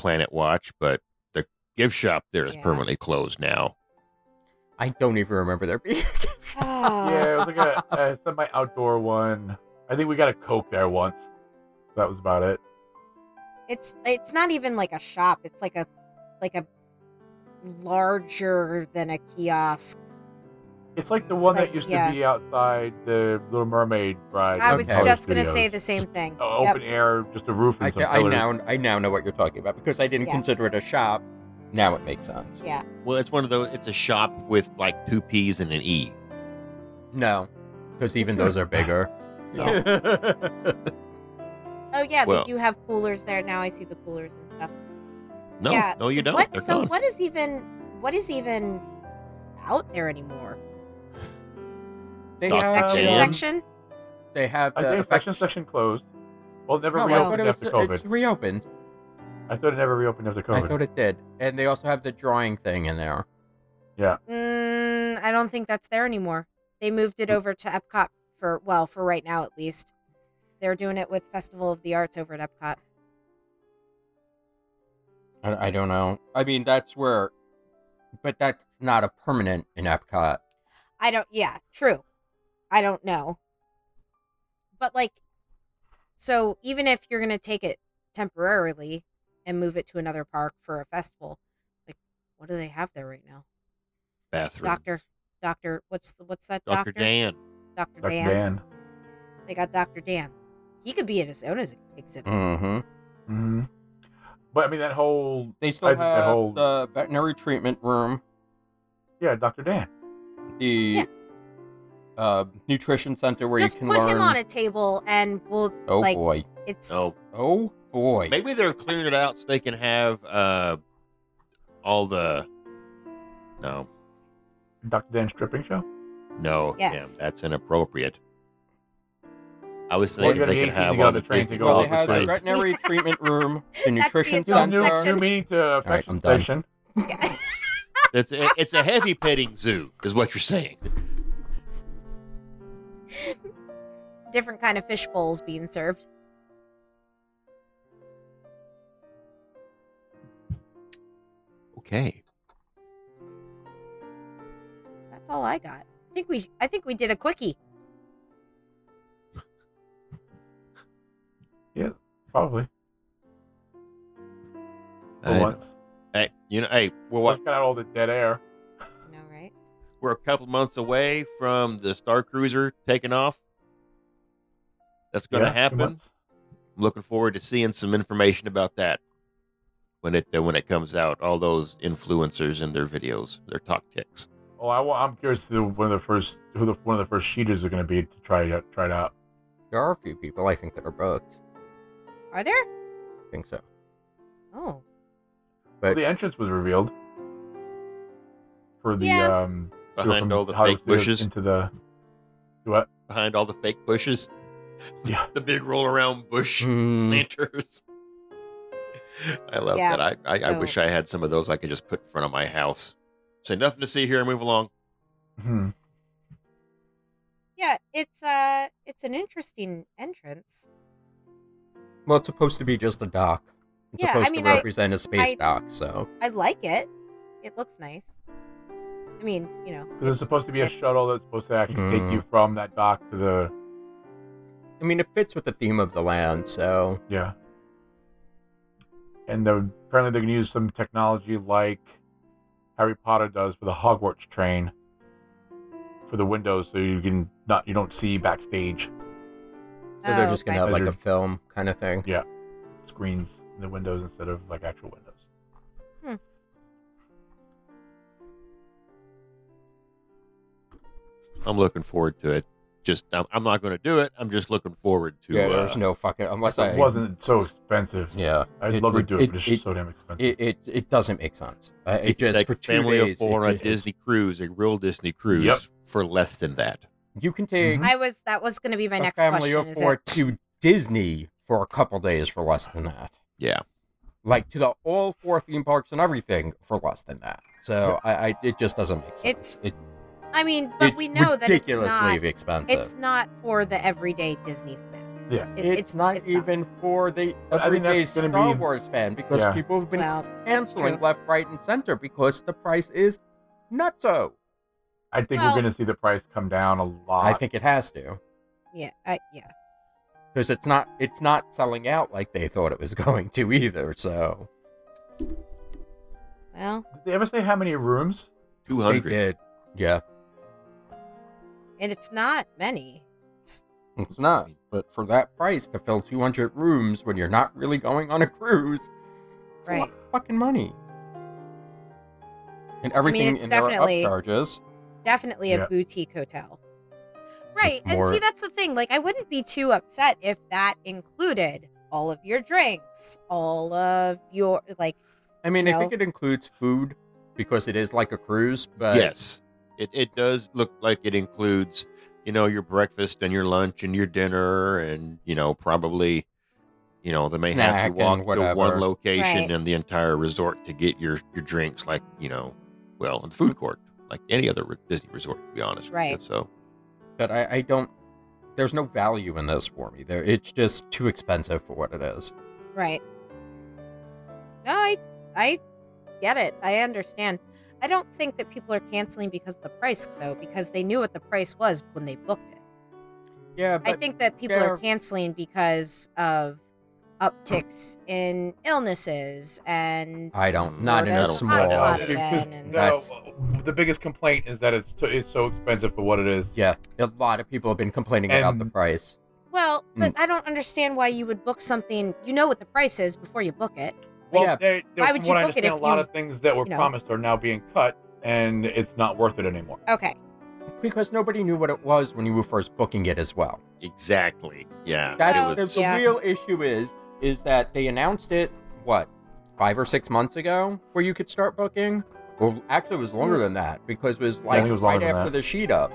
S2: Planet Watch, but the gift shop there is
S4: Yeah.
S2: permanently closed now.
S3: I don't even remember there being.
S6: Ah,
S4: Oh,
S5: Yeah, it was like a, a semi-outdoor one. I think we got a Coke there once. That was about it.
S6: It's it's not even like a shop. It's like a like a larger than a kiosk.
S5: It's like the one
S4: Like,
S5: that used
S4: yeah.
S5: to be outside the Little Mermaid ride.
S4: I
S5: at
S4: was
S3: Okay.
S5: Hollywood
S4: just gonna say
S5: Studios.
S4: the same thing.
S2: Oh,
S5: O-
S4: Yep.
S5: uh, Open air, just a roof and
S3: I,
S5: some
S3: I
S5: pillars.
S3: now I now know what you're talking about because I didn't
S6: Yeah.
S3: consider it a shop. Now it makes sense.
S6: Yeah.
S2: Well, it's one of those it's a shop with like two P's and an E.
S3: No, because even those are bigger.
S6: Oh yeah,
S2: Well-
S6: they do have coolers there now. I see the coolers and stuff.
S2: No,
S6: Yeah.
S2: no, you don't.
S6: What?
S2: They're
S6: So
S2: gone.
S6: what is even what is even
S4: Out there anymore?
S3: they
S2: Dr.
S3: have um,
S5: Action
S4: Action
S2: Jam.
S4: section.
S3: they have
S5: I
S3: the
S5: think
S3: affection
S5: affection section closed. Well, it never
S3: No, I thought
S5: reopened
S3: it was
S5: after COVID.
S3: it's reopened.
S5: I thought it never reopened after COVID.
S3: I thought it did, and they also have the drawing thing in there.
S4: Mm, I don't think that's there anymore. They moved it over to Epcot for well, for right now at least. They're doing it with Festival of the Arts over at Epcot.
S3: I, I don't know. I mean, that's where, but that's not a permanent in Epcot.
S4: I don't. Yeah, true. I don't know. But like, so even if you're gonna take it temporarily and move it to another park for a festival, like, what do they have there right now?
S2: bathroom?
S4: Doctor, doctor, what's the, what's that
S2: Dr.
S4: doctor?
S2: Dan.
S4: Doctor
S5: Dr.
S4: Dan.
S5: Dan.
S4: They got Doctor Dan. He could be in his own ex- exhibit.
S3: Mm-hmm.
S5: hmm But I mean, that whole
S3: They still
S5: I
S3: have
S5: think that whole-
S3: the veterinary treatment room,
S5: yeah, Dr. Dan.
S3: the
S4: Yeah.
S3: uh, nutrition center where
S4: Just
S3: you can
S4: put
S3: learn.
S4: him on a table and we'll
S3: oh
S4: like
S3: boy!
S4: it's
S2: Oh,
S3: Oh boy!
S2: Maybe they're clearing it out so they can have uh, all the. No,
S5: Dr. Dan stripping show.
S2: no,
S4: Yes.
S2: damn, that's inappropriate. I was
S5: Well, you
S2: thinking
S5: gotta
S2: they
S5: be
S2: could
S5: 18 to
S2: have
S5: get
S2: all
S5: on
S2: the
S5: the train
S2: Disney
S5: to go
S3: well,
S5: all
S3: they
S2: World
S5: the
S3: have the
S5: way.
S2: displays.
S3: veterinary treatment room, the nutrition
S4: adult
S5: No,
S3: center.
S5: new, new
S4: section.
S5: meaning to affection
S3: I'm done.
S5: station.
S2: It's a, it's a heavy petting zoo, is what you're saying.
S3: Oh.
S4: different kind of fish bowls being served.
S2: Okay.
S4: That's all I got. I think we I think we did a quickie.
S5: Probably. For
S2: I-
S5: once.
S2: hey, you know, hey, we're
S5: Well,
S2: what,
S5: got all the dead air.
S6: no right?
S2: we're a couple months away from the Star Cruiser taking off. That's going to
S5: Yeah, two
S2: happen.
S5: months.
S2: I'm looking forward to seeing some information about that when it uh, when it comes out. All those influencers and their videos, their talk ticks.
S5: Oh, I, wa- I'm curious to one of the first who the one of the first cheaters are going to be to try it try it out.
S3: There are a few people I think that are booked.
S4: Are there?
S3: I think so.
S4: Oh.
S5: Well, the entrance was revealed for the
S4: Yeah.
S5: um they were
S2: Behind
S5: from
S2: all the
S5: Hollywood
S2: fake
S5: Studios
S2: bushes,
S5: into the what?
S2: behind all the fake bushes,
S5: Yeah,
S2: the big roll around bush
S3: Mm,
S2: planters. I love
S4: Yeah,
S2: that. I, I, I wish
S4: so-
S2: I had some of those I could just put in front of my house. Say nothing to see here, move along.
S5: Hmm.
S4: Yeah, it's uh it's an interesting entrance.
S3: well, it's supposed to be just a dock. It's
S4: Yeah, I
S3: supposed
S4: mean,
S3: to
S4: I-
S3: represent a space
S4: I-
S3: dock, so
S4: I like it. It looks nice. I mean, you know,
S5: 'Cause there's supposed to be a
S4: It's-
S5: shuttle that's supposed to actually take
S2: Hmm.
S5: you from that dock to the
S3: I mean, it fits with the theme of the land. So
S5: Yeah. And they're, apparently they're going to use some technology like Harry Potter does for the Hogwarts train for the windows, so you can not you don't see backstage
S3: So they're
S4: Oh,
S3: just gonna
S4: okay.
S3: have like a
S5: Measured.
S3: film kind of thing.
S5: screens in the windows instead of like actual windows.
S2: I'm looking forward to it. Just I'm, I'm not going to do it. I'm just looking forward to.
S3: yeah,
S2: uh,
S3: there's no fucking unless
S5: Plus,
S3: I
S5: it wasn't so expensive.
S3: Yeah,
S5: I'd
S3: It-
S5: love to
S3: it-
S5: do it,
S3: it-
S5: but it's
S3: it-
S5: just so damn expensive.
S3: It, it it doesn't make sense. Uh, it just
S2: like
S3: for two
S2: family
S3: days,
S2: of four
S3: it
S2: on a
S3: just-
S2: Disney cruise, a real Disney cruise
S5: Yep.
S2: for less than that.
S3: You can take
S5: Mhm.
S4: I was that was going to be my
S3: a
S4: next
S3: family
S4: question.
S3: of
S4: Is
S3: four
S4: it?
S3: to Disney for a couple days for less than that.
S2: Yeah,
S3: Like to the all four theme parks and everything for less than that. So I, I it just doesn't make sense.
S4: It's-
S3: It-
S4: I mean, but
S3: it's
S4: we know that it's
S3: ridiculously
S4: not.
S3: expensive.
S4: It's not for the everyday Disney fan.
S5: Yeah.
S4: It-
S3: It's not
S4: it's
S3: even for the
S5: But I think that's
S3: everyday
S5: gonna
S3: Star
S5: be-
S3: Wars fan because
S5: Yeah.
S3: people have been
S4: Well, that's
S3: canceling
S4: true.
S3: left, right, and center because the price is nutso.
S5: I think
S4: well-
S5: we're going to see the price come down a lot.
S3: I think it has to
S4: Yeah, I, yeah.
S3: because it's not it's not selling out like they thought it was going to either. So
S4: Well,
S5: Did they ever say how many rooms?
S2: two
S3: they
S2: hundred.
S3: did, yeah.
S4: and it's not many.
S3: It's not, but for that price to fill 200 rooms when you're not really going on a cruise, it's a lot
S4: Right.
S3: of fucking money. And everything
S4: it's
S3: in there are
S4: definitely-
S3: upcharges.
S4: Definitely a
S5: Yeah.
S4: boutique hotel. Right.
S3: It's
S4: And
S3: more-
S4: see, that's the thing. Like, I wouldn't be too upset if that included all of your drinks, all of your, like,
S3: I mean, I
S4: No.
S3: think it includes food because it is like a cruise, but
S2: Yes, it it does look like it includes you know your breakfast and your lunch and your dinner and you know probably you know they may have
S3: Snack
S2: you
S3: and
S2: walk to one
S3: whatever.
S2: location
S4: Right.
S2: in the entire resort to get your your drinks like you know well in the food court like any other re- Disney resort to be honest with you.
S4: Right.
S2: So
S3: but I, I don't. There's no value in this for me. There, it's just too expensive for what it is.
S4: Right. No, I I get it. I understand. I don't think that people are canceling because of the price though, because they knew what the price was when they booked it.
S3: Yeah, but
S4: I think that people
S3: they're-
S4: are canceling because of upticks in illnesses and
S3: I don't. Not in a
S4: Those hot
S3: small.
S4: pot
S5: It's just-
S4: again, and-
S5: no, the biggest complaint is that it's, t- it's so expensive for what it is.
S3: Yeah, a lot of people have been complaining about the
S5: And-
S3: price.
S4: Well,
S3: Hmm.
S4: but I don't understand why you would book something you know what the price is before you book it.
S5: Well,
S3: Yeah.
S5: they, they,
S4: Why would
S5: from
S4: you
S5: what I
S4: book it if
S5: understand, a lot
S4: you-
S5: of things that were
S4: you know?
S5: promised are now being cut, and it's not worth it anymore.
S4: Okay.
S3: Because nobody knew what it was when you were first booking it as well.
S2: exactly, yeah,
S3: That's
S4: Well,
S2: it was
S3: the, the
S4: yeah.
S3: real issue is is that they announced it what five or six months ago where you could start booking. Well, actually, it was longer than that because it was
S5: I
S3: like
S5: think it was
S3: right
S5: longer than
S3: after
S5: that.
S3: the sheet up.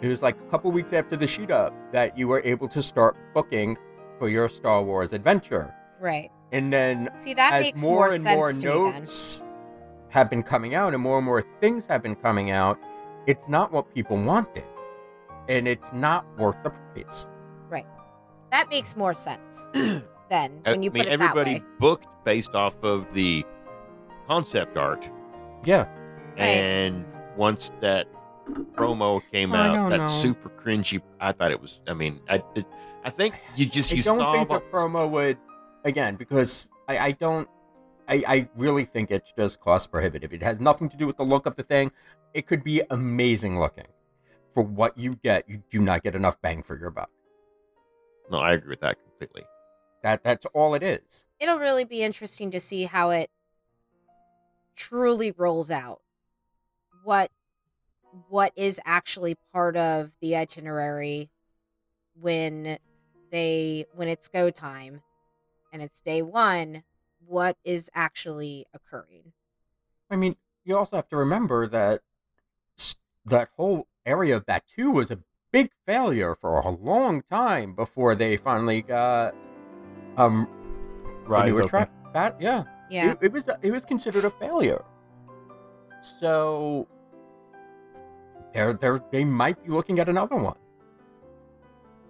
S3: It was like a couple weeks after the sheet up that you were able to start booking for your Star Wars adventure,
S4: Right.
S3: and then
S4: See that
S3: as
S4: makes
S3: more, and
S4: sense
S3: more
S4: to
S3: notes have been coming out and more and more things have been coming out, it's not what people wanted, and it's not worth the price.
S4: me then. That makes more sense then
S2: I
S4: when you
S2: mean,
S4: put it
S2: everybody
S4: that way.
S2: booked based off of the concept art,
S3: Yeah.
S2: and once that promo came
S3: Oh, I
S2: out,
S3: don't
S2: that
S3: know.
S2: super cringy. I thought it was. I mean, I, it, I think you just
S3: I
S2: you
S3: don't
S2: saw
S3: think the
S2: what-
S3: promo would again because I, I don't I, I really think it's just cost prohibitive. It has nothing to do with the look of the thing. It could be amazing looking. For what you get, you do not get enough bang for your buck.
S2: No, I agree with that completely.
S3: That that's all it is.
S4: It'll really be interesting to see how it truly rolls out. What what is actually part of the itinerary when they when it's go time and it's day 1 what is actually occurring
S3: I mean, you also have to remember that s- that whole area of Batu was a big failure for a long time before they finally got um
S5: Rise
S3: the newer
S5: open.
S3: track. Bat, yeah.
S4: yeah
S3: It, it was it was considered a failure. So they're, they're, they might be looking at another one.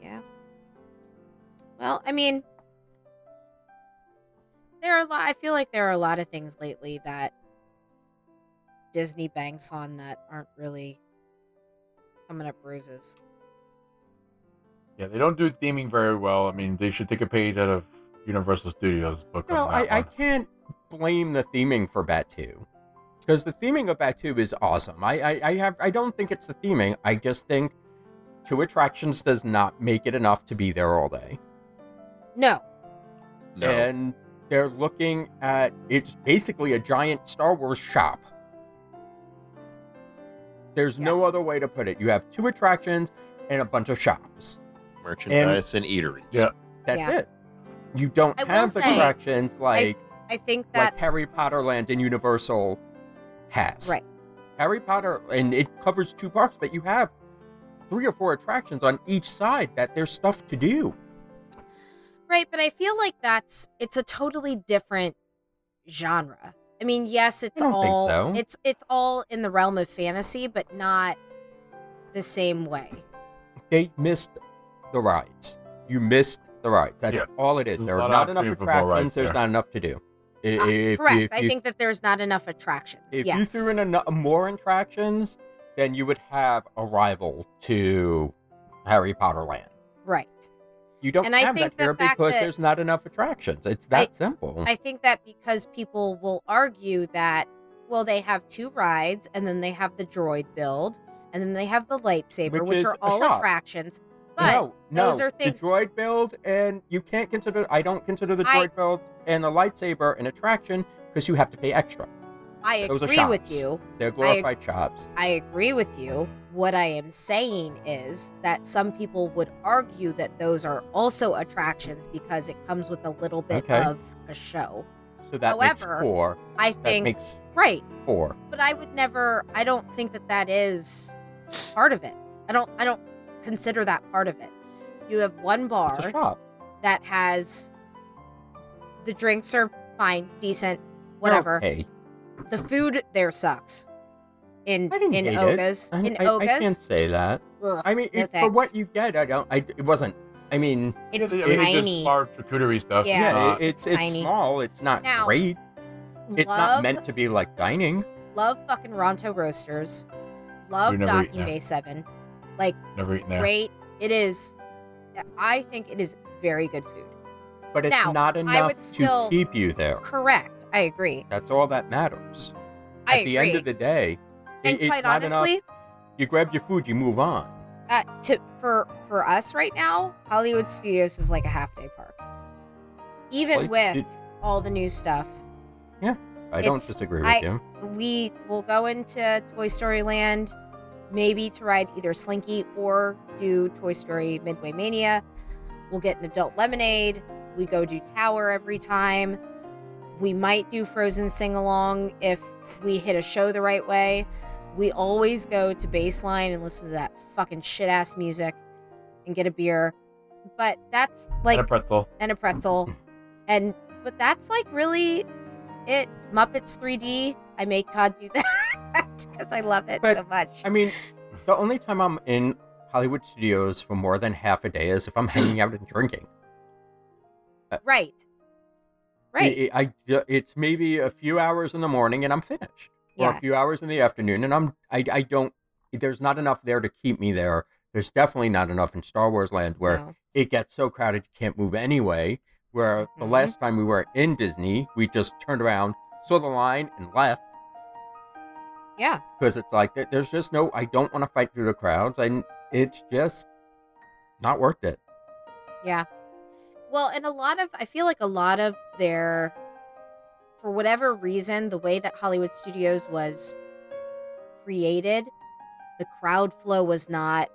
S4: Yeah. Well, I mean, there are a lot. I feel like there are a lot of things lately that Disney banks on that aren't really coming up roses.
S5: Yeah, they don't do theming very well. I mean, they should take a page out of Universal Studios book.
S3: No,
S5: on that
S3: I, I
S5: one.
S3: can't blame the theming for Batu. Because the theming of Batu is awesome. I, I, I have I don't think it's the theming. I just think two attractions does not make it enough to be there all day.
S4: No.
S2: No.
S3: And they're looking at it's basically a giant Star Wars shop. There's no other way to put it. You have two attractions and a bunch of shops.
S2: Merchandise and, eateries.
S5: Yeah.
S3: That's
S4: Yeah.
S3: it. You don't
S6: I will
S3: have
S6: say-
S3: attractions like
S4: I think that
S3: like Harry Potter Land and Universal has.
S4: Right.
S3: Harry Potter, and it covers two parks, but you have three or four attractions on each side that there's stuff to do.
S4: right, but I feel like that's it's a totally different genre. I mean, yes, it's
S3: don't think
S4: all
S3: so.
S4: it's it's all in the realm of fantasy, but not the same way.
S3: They missed the rides. You missed the rides. That's
S5: Yeah.
S3: all it is.
S5: There's
S3: There
S5: a
S3: are
S5: lot
S3: not
S5: of
S3: enough
S5: unbelievable rides
S3: attractions. There's
S5: there.
S3: not enough to do. I-
S4: Ah,
S3: if-
S4: correct.
S3: if
S4: I
S3: you-
S4: think that there's not enough attractions.
S3: If
S4: yes.
S3: you threw in ano- more attractions, then you would have a rival to Harry Potter Land.
S4: Right.
S3: You don't
S4: And I
S3: have
S4: think
S3: that
S4: the
S3: here
S4: fact
S3: because
S4: that-
S3: there's not enough attractions. It's that simple.
S4: I think that because people will argue that, well, they have two rides and then they have the droid build and then they have the lightsaber,
S3: Which
S4: which,
S3: is
S4: are
S3: a
S4: all
S3: shop.
S4: attractions. But
S3: no, no.
S4: those are things-
S3: The droid build, and you can't consider. I don't consider the
S4: I-
S3: droid build and the lightsaber an attraction because you have to pay extra.
S4: I
S3: those are
S4: agree with
S3: shops.
S4: you.
S3: They're glorified shops.
S4: I agree with you. What I am saying is that some people would argue that those are also attractions because it comes with a little bit
S3: Okay.
S4: of a show.
S3: So that makes
S4: However,
S3: four.
S4: I
S3: That
S4: think,
S3: makes
S4: right.
S3: four.
S4: but I would never. I don't think that that is part of it. I don't. I don't consider that part of it. You have one
S3: It's a
S4: bar
S3: shop.
S4: that has the drinks are fine, decent, whatever.
S3: Hey,
S4: The food there sucks. In
S3: I didn't
S4: in
S3: hate
S4: Ogas,
S3: it. I,
S4: in
S3: I, I can't
S4: Ogas,
S3: say that.
S4: Ugh,
S3: I mean,
S4: no
S3: it, for
S4: thanks.
S3: what you get, I don't. I it wasn't. I mean,
S4: it's
S5: yeah, they- I mean, it's
S4: tiny.
S5: just bar charcuterie stuff. uh,
S4: Yeah.
S5: It's not-
S3: it- it's it's
S4: Tiny.
S3: small. It's not
S4: Now,
S3: great. It's
S4: love
S3: not meant to be like dining.
S4: love fucking Ronto Roasters. Love
S5: We've never eaten
S4: Docu
S5: there.
S4: May Seven.
S5: never eaten there.
S4: Great. It is. I think it is very good food.
S3: but it's
S4: Now,
S3: not
S4: would
S3: enough
S4: still-
S3: to keep you there.
S4: Correct. I agree.
S3: That's all that matters.
S4: I
S3: At the end
S4: agree.
S3: of the day, it-
S4: and
S3: it's
S4: quite
S3: not enough.
S4: honestly,
S3: you grab your food, you move on.
S4: uh, to, for for us right now, Hollywood Studios is like a half day park. Even
S3: Like,
S4: with
S3: it-
S4: all the new stuff,
S3: I don't
S4: it's-
S3: disagree with
S4: I-
S3: you.
S4: we will go into Toy Story Land, maybe to ride either Slinky or do Toy Story Midway Mania. We'll get an adult lemonade. We go do Tower every time. We might do Frozen sing along if we hit a show the right way. We always go to Baseline and listen to that fucking shit ass music and get a beer. But that's like
S5: and a pretzel.
S4: and a pretzel. And but that's like really it. Muppets 3D. I make Todd do that because I love it
S3: But,
S4: so much.
S3: I mean, the only time I'm in Hollywood studios for more than half a day is if I'm hanging out and drinking.
S4: right. Right.
S3: I, I- it's maybe a few hours in the morning and I'm finished, or
S4: yeah.
S3: a few hours in the afternoon, and I'm I, I don't. There's not enough there to keep me there. There's definitely not enough in Star Wars Land where
S4: no.
S3: it gets so crowded you can't move anyway. Where the
S4: Mhm.
S3: last time we were in Disney, we just turned around, saw the line, and left
S4: Yeah.
S3: because it's like there- there's just no. I don't want to fight through the crowds, and it's just not worth it.
S4: Yeah. Well, and a lot of I feel like a lot of their for whatever reason, the way that Hollywood Studios was created, the crowd flow was not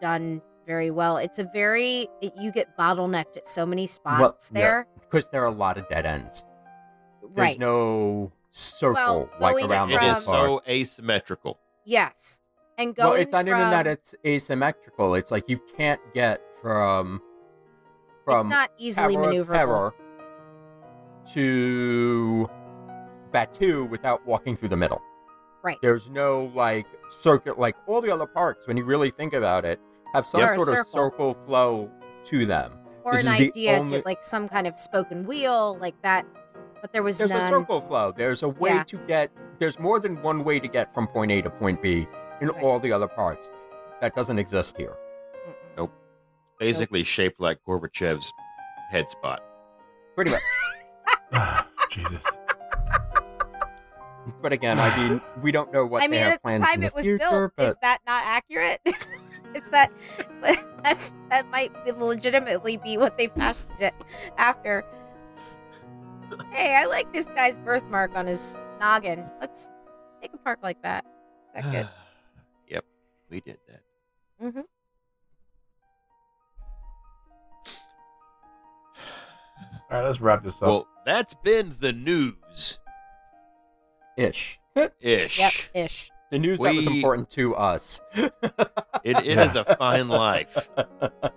S4: done very well. It's a very it, you get bottlenecked at so many spots
S3: yeah.
S4: there.
S3: because there are a lot of dead ends. There's
S4: right.
S3: no circle
S4: Well,
S3: like
S4: going
S3: around
S4: from-
S3: the
S2: It is
S3: park.
S2: so asymmetrical.
S4: yes. And going
S3: well, it's not
S4: from,
S3: even that it's asymmetrical. It's like you can't get from from
S4: it's not easily
S3: Tower of
S4: maneuverable.
S3: Terror to Batu without walking through the middle.
S4: Right.
S3: There's no like circuit like all the other parks when you really think about it have some
S4: Yep. Or a
S3: sort of
S4: circle.
S3: circle flow to them.
S4: or
S3: This
S4: an
S3: is the
S4: idea
S3: only-
S4: to like some kind of spoken wheel like that but there was
S3: There's
S4: none
S3: a circle flow. There's a way
S4: Yeah.
S3: to get there's more than one way to get from point A to point B in
S4: Right.
S3: all the other parks. That doesn't exist here.
S4: Mm-mm.
S2: Basically shaped like Gorbachev's head spot.
S3: Pretty much.
S5: Jesus.
S3: But again, I mean, we don't know what
S4: i mean
S3: they have
S4: at the
S3: plans in
S4: time
S3: the
S4: it was
S3: future,
S4: built
S3: but
S4: is that not accurate is that that's that might be legitimately be what they fashioned it after hey i like this guy's birthmark on his noggin let's make a park like that Is that good
S2: yep, we did that.
S4: Mhm.
S5: All right, let's wrap this up.
S2: well, that's been the news
S3: ish.
S2: ish.
S4: yep ish
S3: The news that was
S2: We-
S3: important to us.
S2: It, it is a fine life.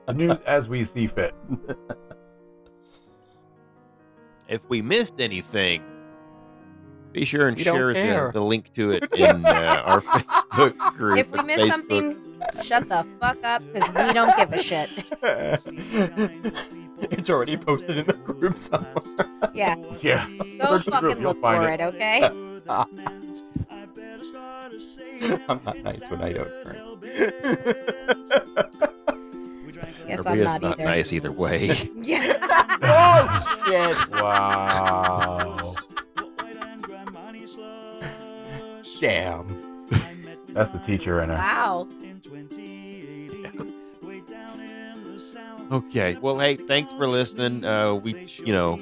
S5: the news as we see fit.
S2: If we missed anything, be sure and
S3: We don't
S2: share the,
S3: care.
S2: the link to it in uh, our Facebook group.
S4: if we
S2: at
S4: miss
S2: Facebook.
S4: something shut the fuck up because we don't give a shit
S3: it's already posted in the group somewhere.
S4: yeah
S5: Yeah.
S4: go
S5: Search the group,
S4: fucking
S5: you'll
S4: look
S5: find
S4: for it okay
S3: I'm not nice when I don't drink.
S4: Yes, I'm
S2: Maria's
S4: not, either.
S2: nice either way.
S4: Yeah.
S3: oh shit!
S5: Wow.
S3: Damn.
S5: That's the teacher in her.
S4: wow.
S2: Okay. Well, hey, thanks for listening. Uh, we, you know,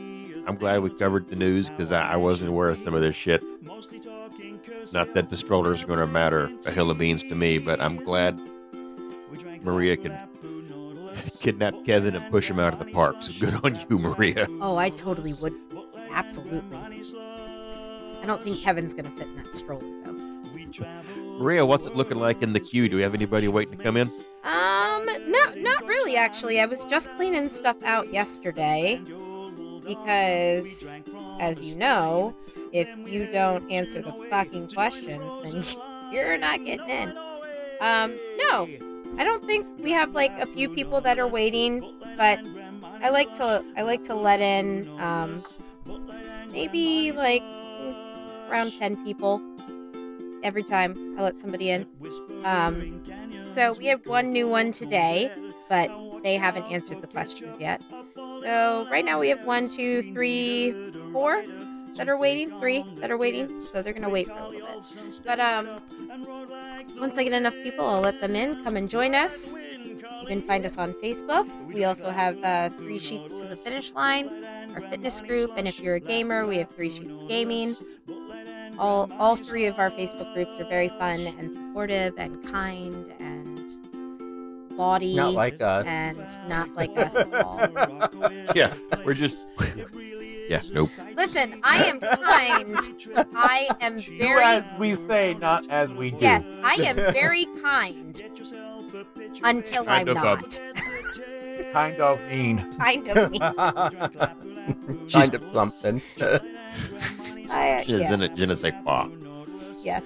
S2: I'm glad we covered the news because I, I wasn't aware of some of this shit. Not that the strollers are going to matter a hill of beans to me, but I'm glad Maria could kidnap Kevin and push him out of the park. So good on you, Maria.
S4: Oh, I totally would. Absolutely. I don't think Kevin's gonna fit in that stroller though.
S2: Maria, what's it looking like in the queue? Do we have anybody waiting to come in?
S4: Um, no, not really. Actually, I was just cleaning stuff out yesterday because, as you know, if you don't answer the fucking questions, then you're not getting in. Um, no, I don't think we have like a few people that are waiting, but I like to I like to let in um, maybe like around ten people every time I let somebody in. Um, so we have one new one today, but they haven't answered the questions yet. So right now we have one, two, three, four that are waiting, three that are waiting. So they're gonna wait for a little bit. But um, once I get enough people, I'll let them in. Come and join us. You can find us on Facebook. We also have uh, Three Sheets to the Finish Line, our fitness group, and if you're a gamer, we have Three Sheets Gaming. All all three of our Facebook groups are very fun and supportive and kind and body
S3: Not like us.
S4: and not like us at all.
S2: Yeah, we're just. yeah, nope.
S4: Listen, I am kind. I am
S5: Do
S4: very
S5: as we say, not as we do.
S4: yes, I am very kind until
S2: Kind
S4: I'm
S2: of a-
S4: not.
S5: Kind of mean.
S4: kind of me.
S3: kind of something.
S4: Oh, I,
S2: She's
S4: uh, yeah,
S2: in it, je ne sais pas.
S4: yes.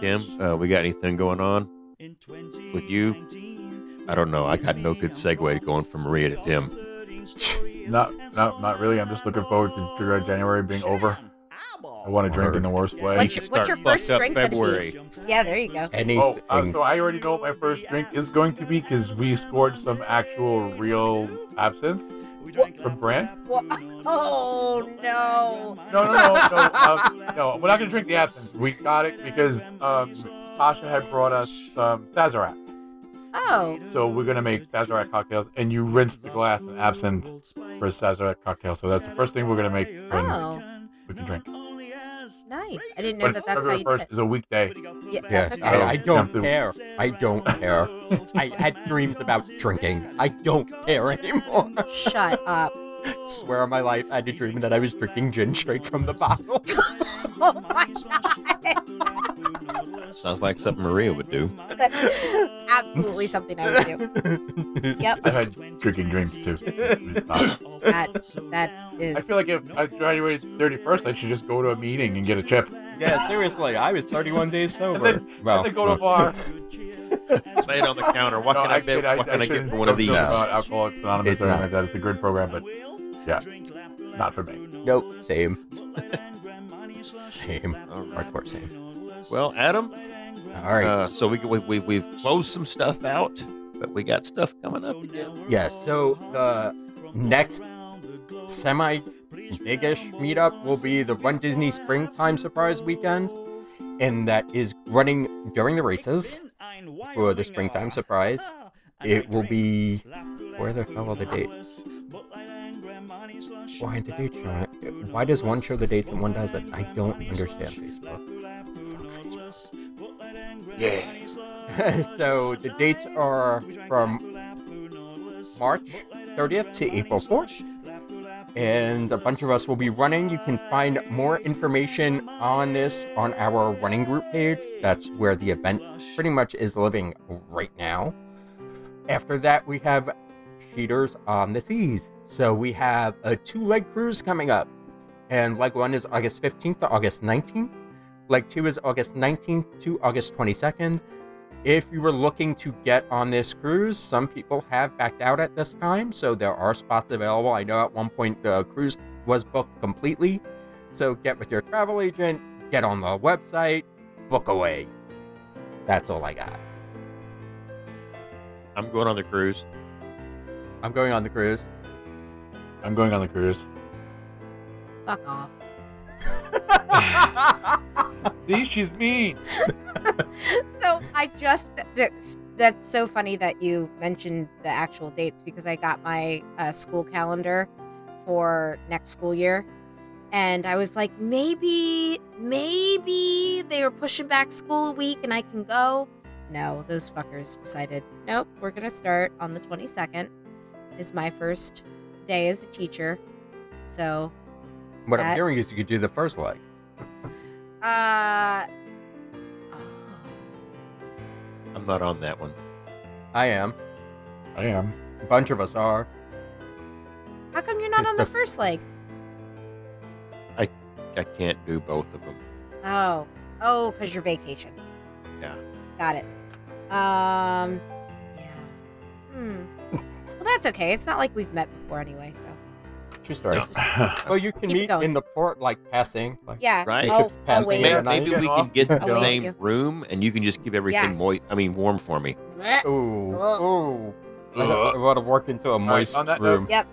S2: Kim, uh, we got anything going on with you? I don't know. I got no good segue going from Maria to Tim.
S5: Not, not, not really. I'm just looking forward to, to January being over. I want to drink in the worst way.
S4: What's your, what's your
S2: Start
S4: first
S2: fucked up
S4: drink gonna be?
S2: February.
S4: Yeah, there you go.
S3: Anything.
S5: Oh, uh, so I already know what my first drink is going to be because we scored some actual real absinthe from Brand.
S4: Wha- Oh no.
S5: No, no, no, no, um, no. We're not gonna drink the absinthe. We got it because um, Tasha had brought us um, Sazerac.
S4: Oh,
S5: So we're gonna make Sazerac cocktails, and you rinse the glass in absinthe for a Sazerac cocktail. So that's the first thing we're gonna make when
S4: Oh.
S5: we can drink.
S4: nice. I didn't know
S5: But
S4: that that's how
S5: February
S4: you did it.
S5: is a weekday.
S4: Yeah,
S3: Yeah,
S4: that's okay.
S3: I, I don't
S5: Have to-
S3: care. I don't care. I had dreams about drinking. I don't care anymore.
S4: Shut up.
S3: Swear on my life, I had a dream that I was drinking gin straight from the bottle.
S4: Oh my god.
S2: Sounds like something Maria would do.
S4: That's absolutely something I would do. Yep.
S5: I've had drinking dreams too.
S4: That that is
S5: I feel like if I graduated 31st, I should just go to a meeting and get a chip.
S3: yeah, seriously, I was 31 days sober.
S5: And
S3: well,
S5: I go to a bar.
S2: Play it on the counter. What
S5: No,
S2: can I, bid?
S5: kid,
S2: What can I, get
S5: shouldn't
S2: for one of these?
S5: feel good about Alcoholics Anonymous
S3: It's
S5: or anything
S3: not.
S5: like that. It's a good program, but yeah, not for me.
S3: nope, same. same. Hardcore same.
S2: Well, Adam,
S3: All right.
S2: uh, so we, we, we, we've closed some stuff out, but we got stuff coming up again.
S3: yeah, so the next semi biggish meetup will be the Run Disney Springtime Surprise Weekend, and that is running during the races for the Springtime Surprise. It will be where the hell are the dates? Why the dates not? Why does one show the dates and one doesn't? I don't understand Facebook. Yeah. so the dates are from March 30th to April 4th. And a bunch of us will be running. You can find more information on this on our running group page. That's where the event pretty much is living right now. After that, we have cheaters on the seas. So we have a two leg cruise coming up. And leg one is August 15th to August 19th. Leg two is August 19th to August 22nd. If you were looking to get on this cruise, some people have backed out at this time. So there are spots available. I know at one point the cruise was booked completely. So get with your travel agent, get on the website, book away. That's all I got.
S2: I'm going on the cruise.
S3: I'm going on the cruise.
S5: I'm going on the cruise.
S4: fuck off.
S5: See, she's mean.
S4: so I just that's- that's so funny that you mentioned the actual dates because I got my uh, school calendar for next school year, and I was like, maybe, maybe they were pushing back school a week and I can go. No, those fuckers decided, nope, we're gonna start on the twenty second. Is my first day as a teacher, so
S3: What I'm
S4: That-
S3: hearing is you could do the first leg.
S4: uh.
S2: I'm not on that one.
S3: I am.
S5: I am.
S3: A bunch of us are.
S4: How come you're not
S3: It's
S4: on the
S3: the-
S4: first leg?
S2: I can't do both of them.
S4: Oh, oh, because you're vacation.
S2: Yeah.
S4: Got it. Um, yeah. Hmm. Well, that's okay. It's not like we've met before anyway, so
S3: True story.
S2: No.
S3: Well, Oh, you can
S4: Keep it
S3: meet
S4: going.
S3: in the port, like passing. Like,
S4: yeah.
S2: Right.
S4: I'll,
S3: Keeps
S4: I'll
S3: passing
S4: wait.
S2: May-
S3: Yeah,
S2: Maybe,
S5: nice.
S2: we can get the
S4: I'll wait.
S2: same room and you can just keep everything
S4: Yes.
S2: moist. I mean, warm for me.
S3: Oh,
S4: Blech.
S3: Ooh,
S4: Ugh.
S3: ooh. I,
S5: Ugh.
S3: don't- I want to work into a
S5: Uh-huh. right,
S3: moist
S5: on that
S3: room.
S5: note-
S4: Yep.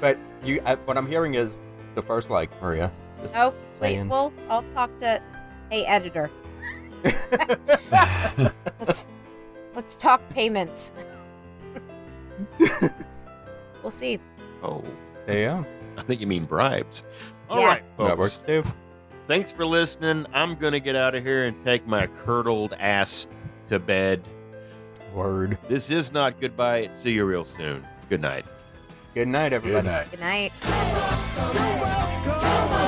S3: But you, I, what I'm hearing is the first leg, Maria. Just
S4: Oh, wait.
S3: saying.
S4: Well, I'll talk to a editor. Let's let's talk payments. we'll see.
S2: Oh,
S3: there you go.
S2: I think you mean bribes. All
S4: Yeah.
S2: right,
S3: That
S2: folks.
S3: works too.
S2: Thanks for listening. I'm going to get out of here and take my curdled ass to bed.
S3: Word.
S2: This is not goodbye. It's see you real soon. Good night.
S3: Good night, everybody.
S4: Good
S5: Good night.
S4: night.
S7: Go on, go on.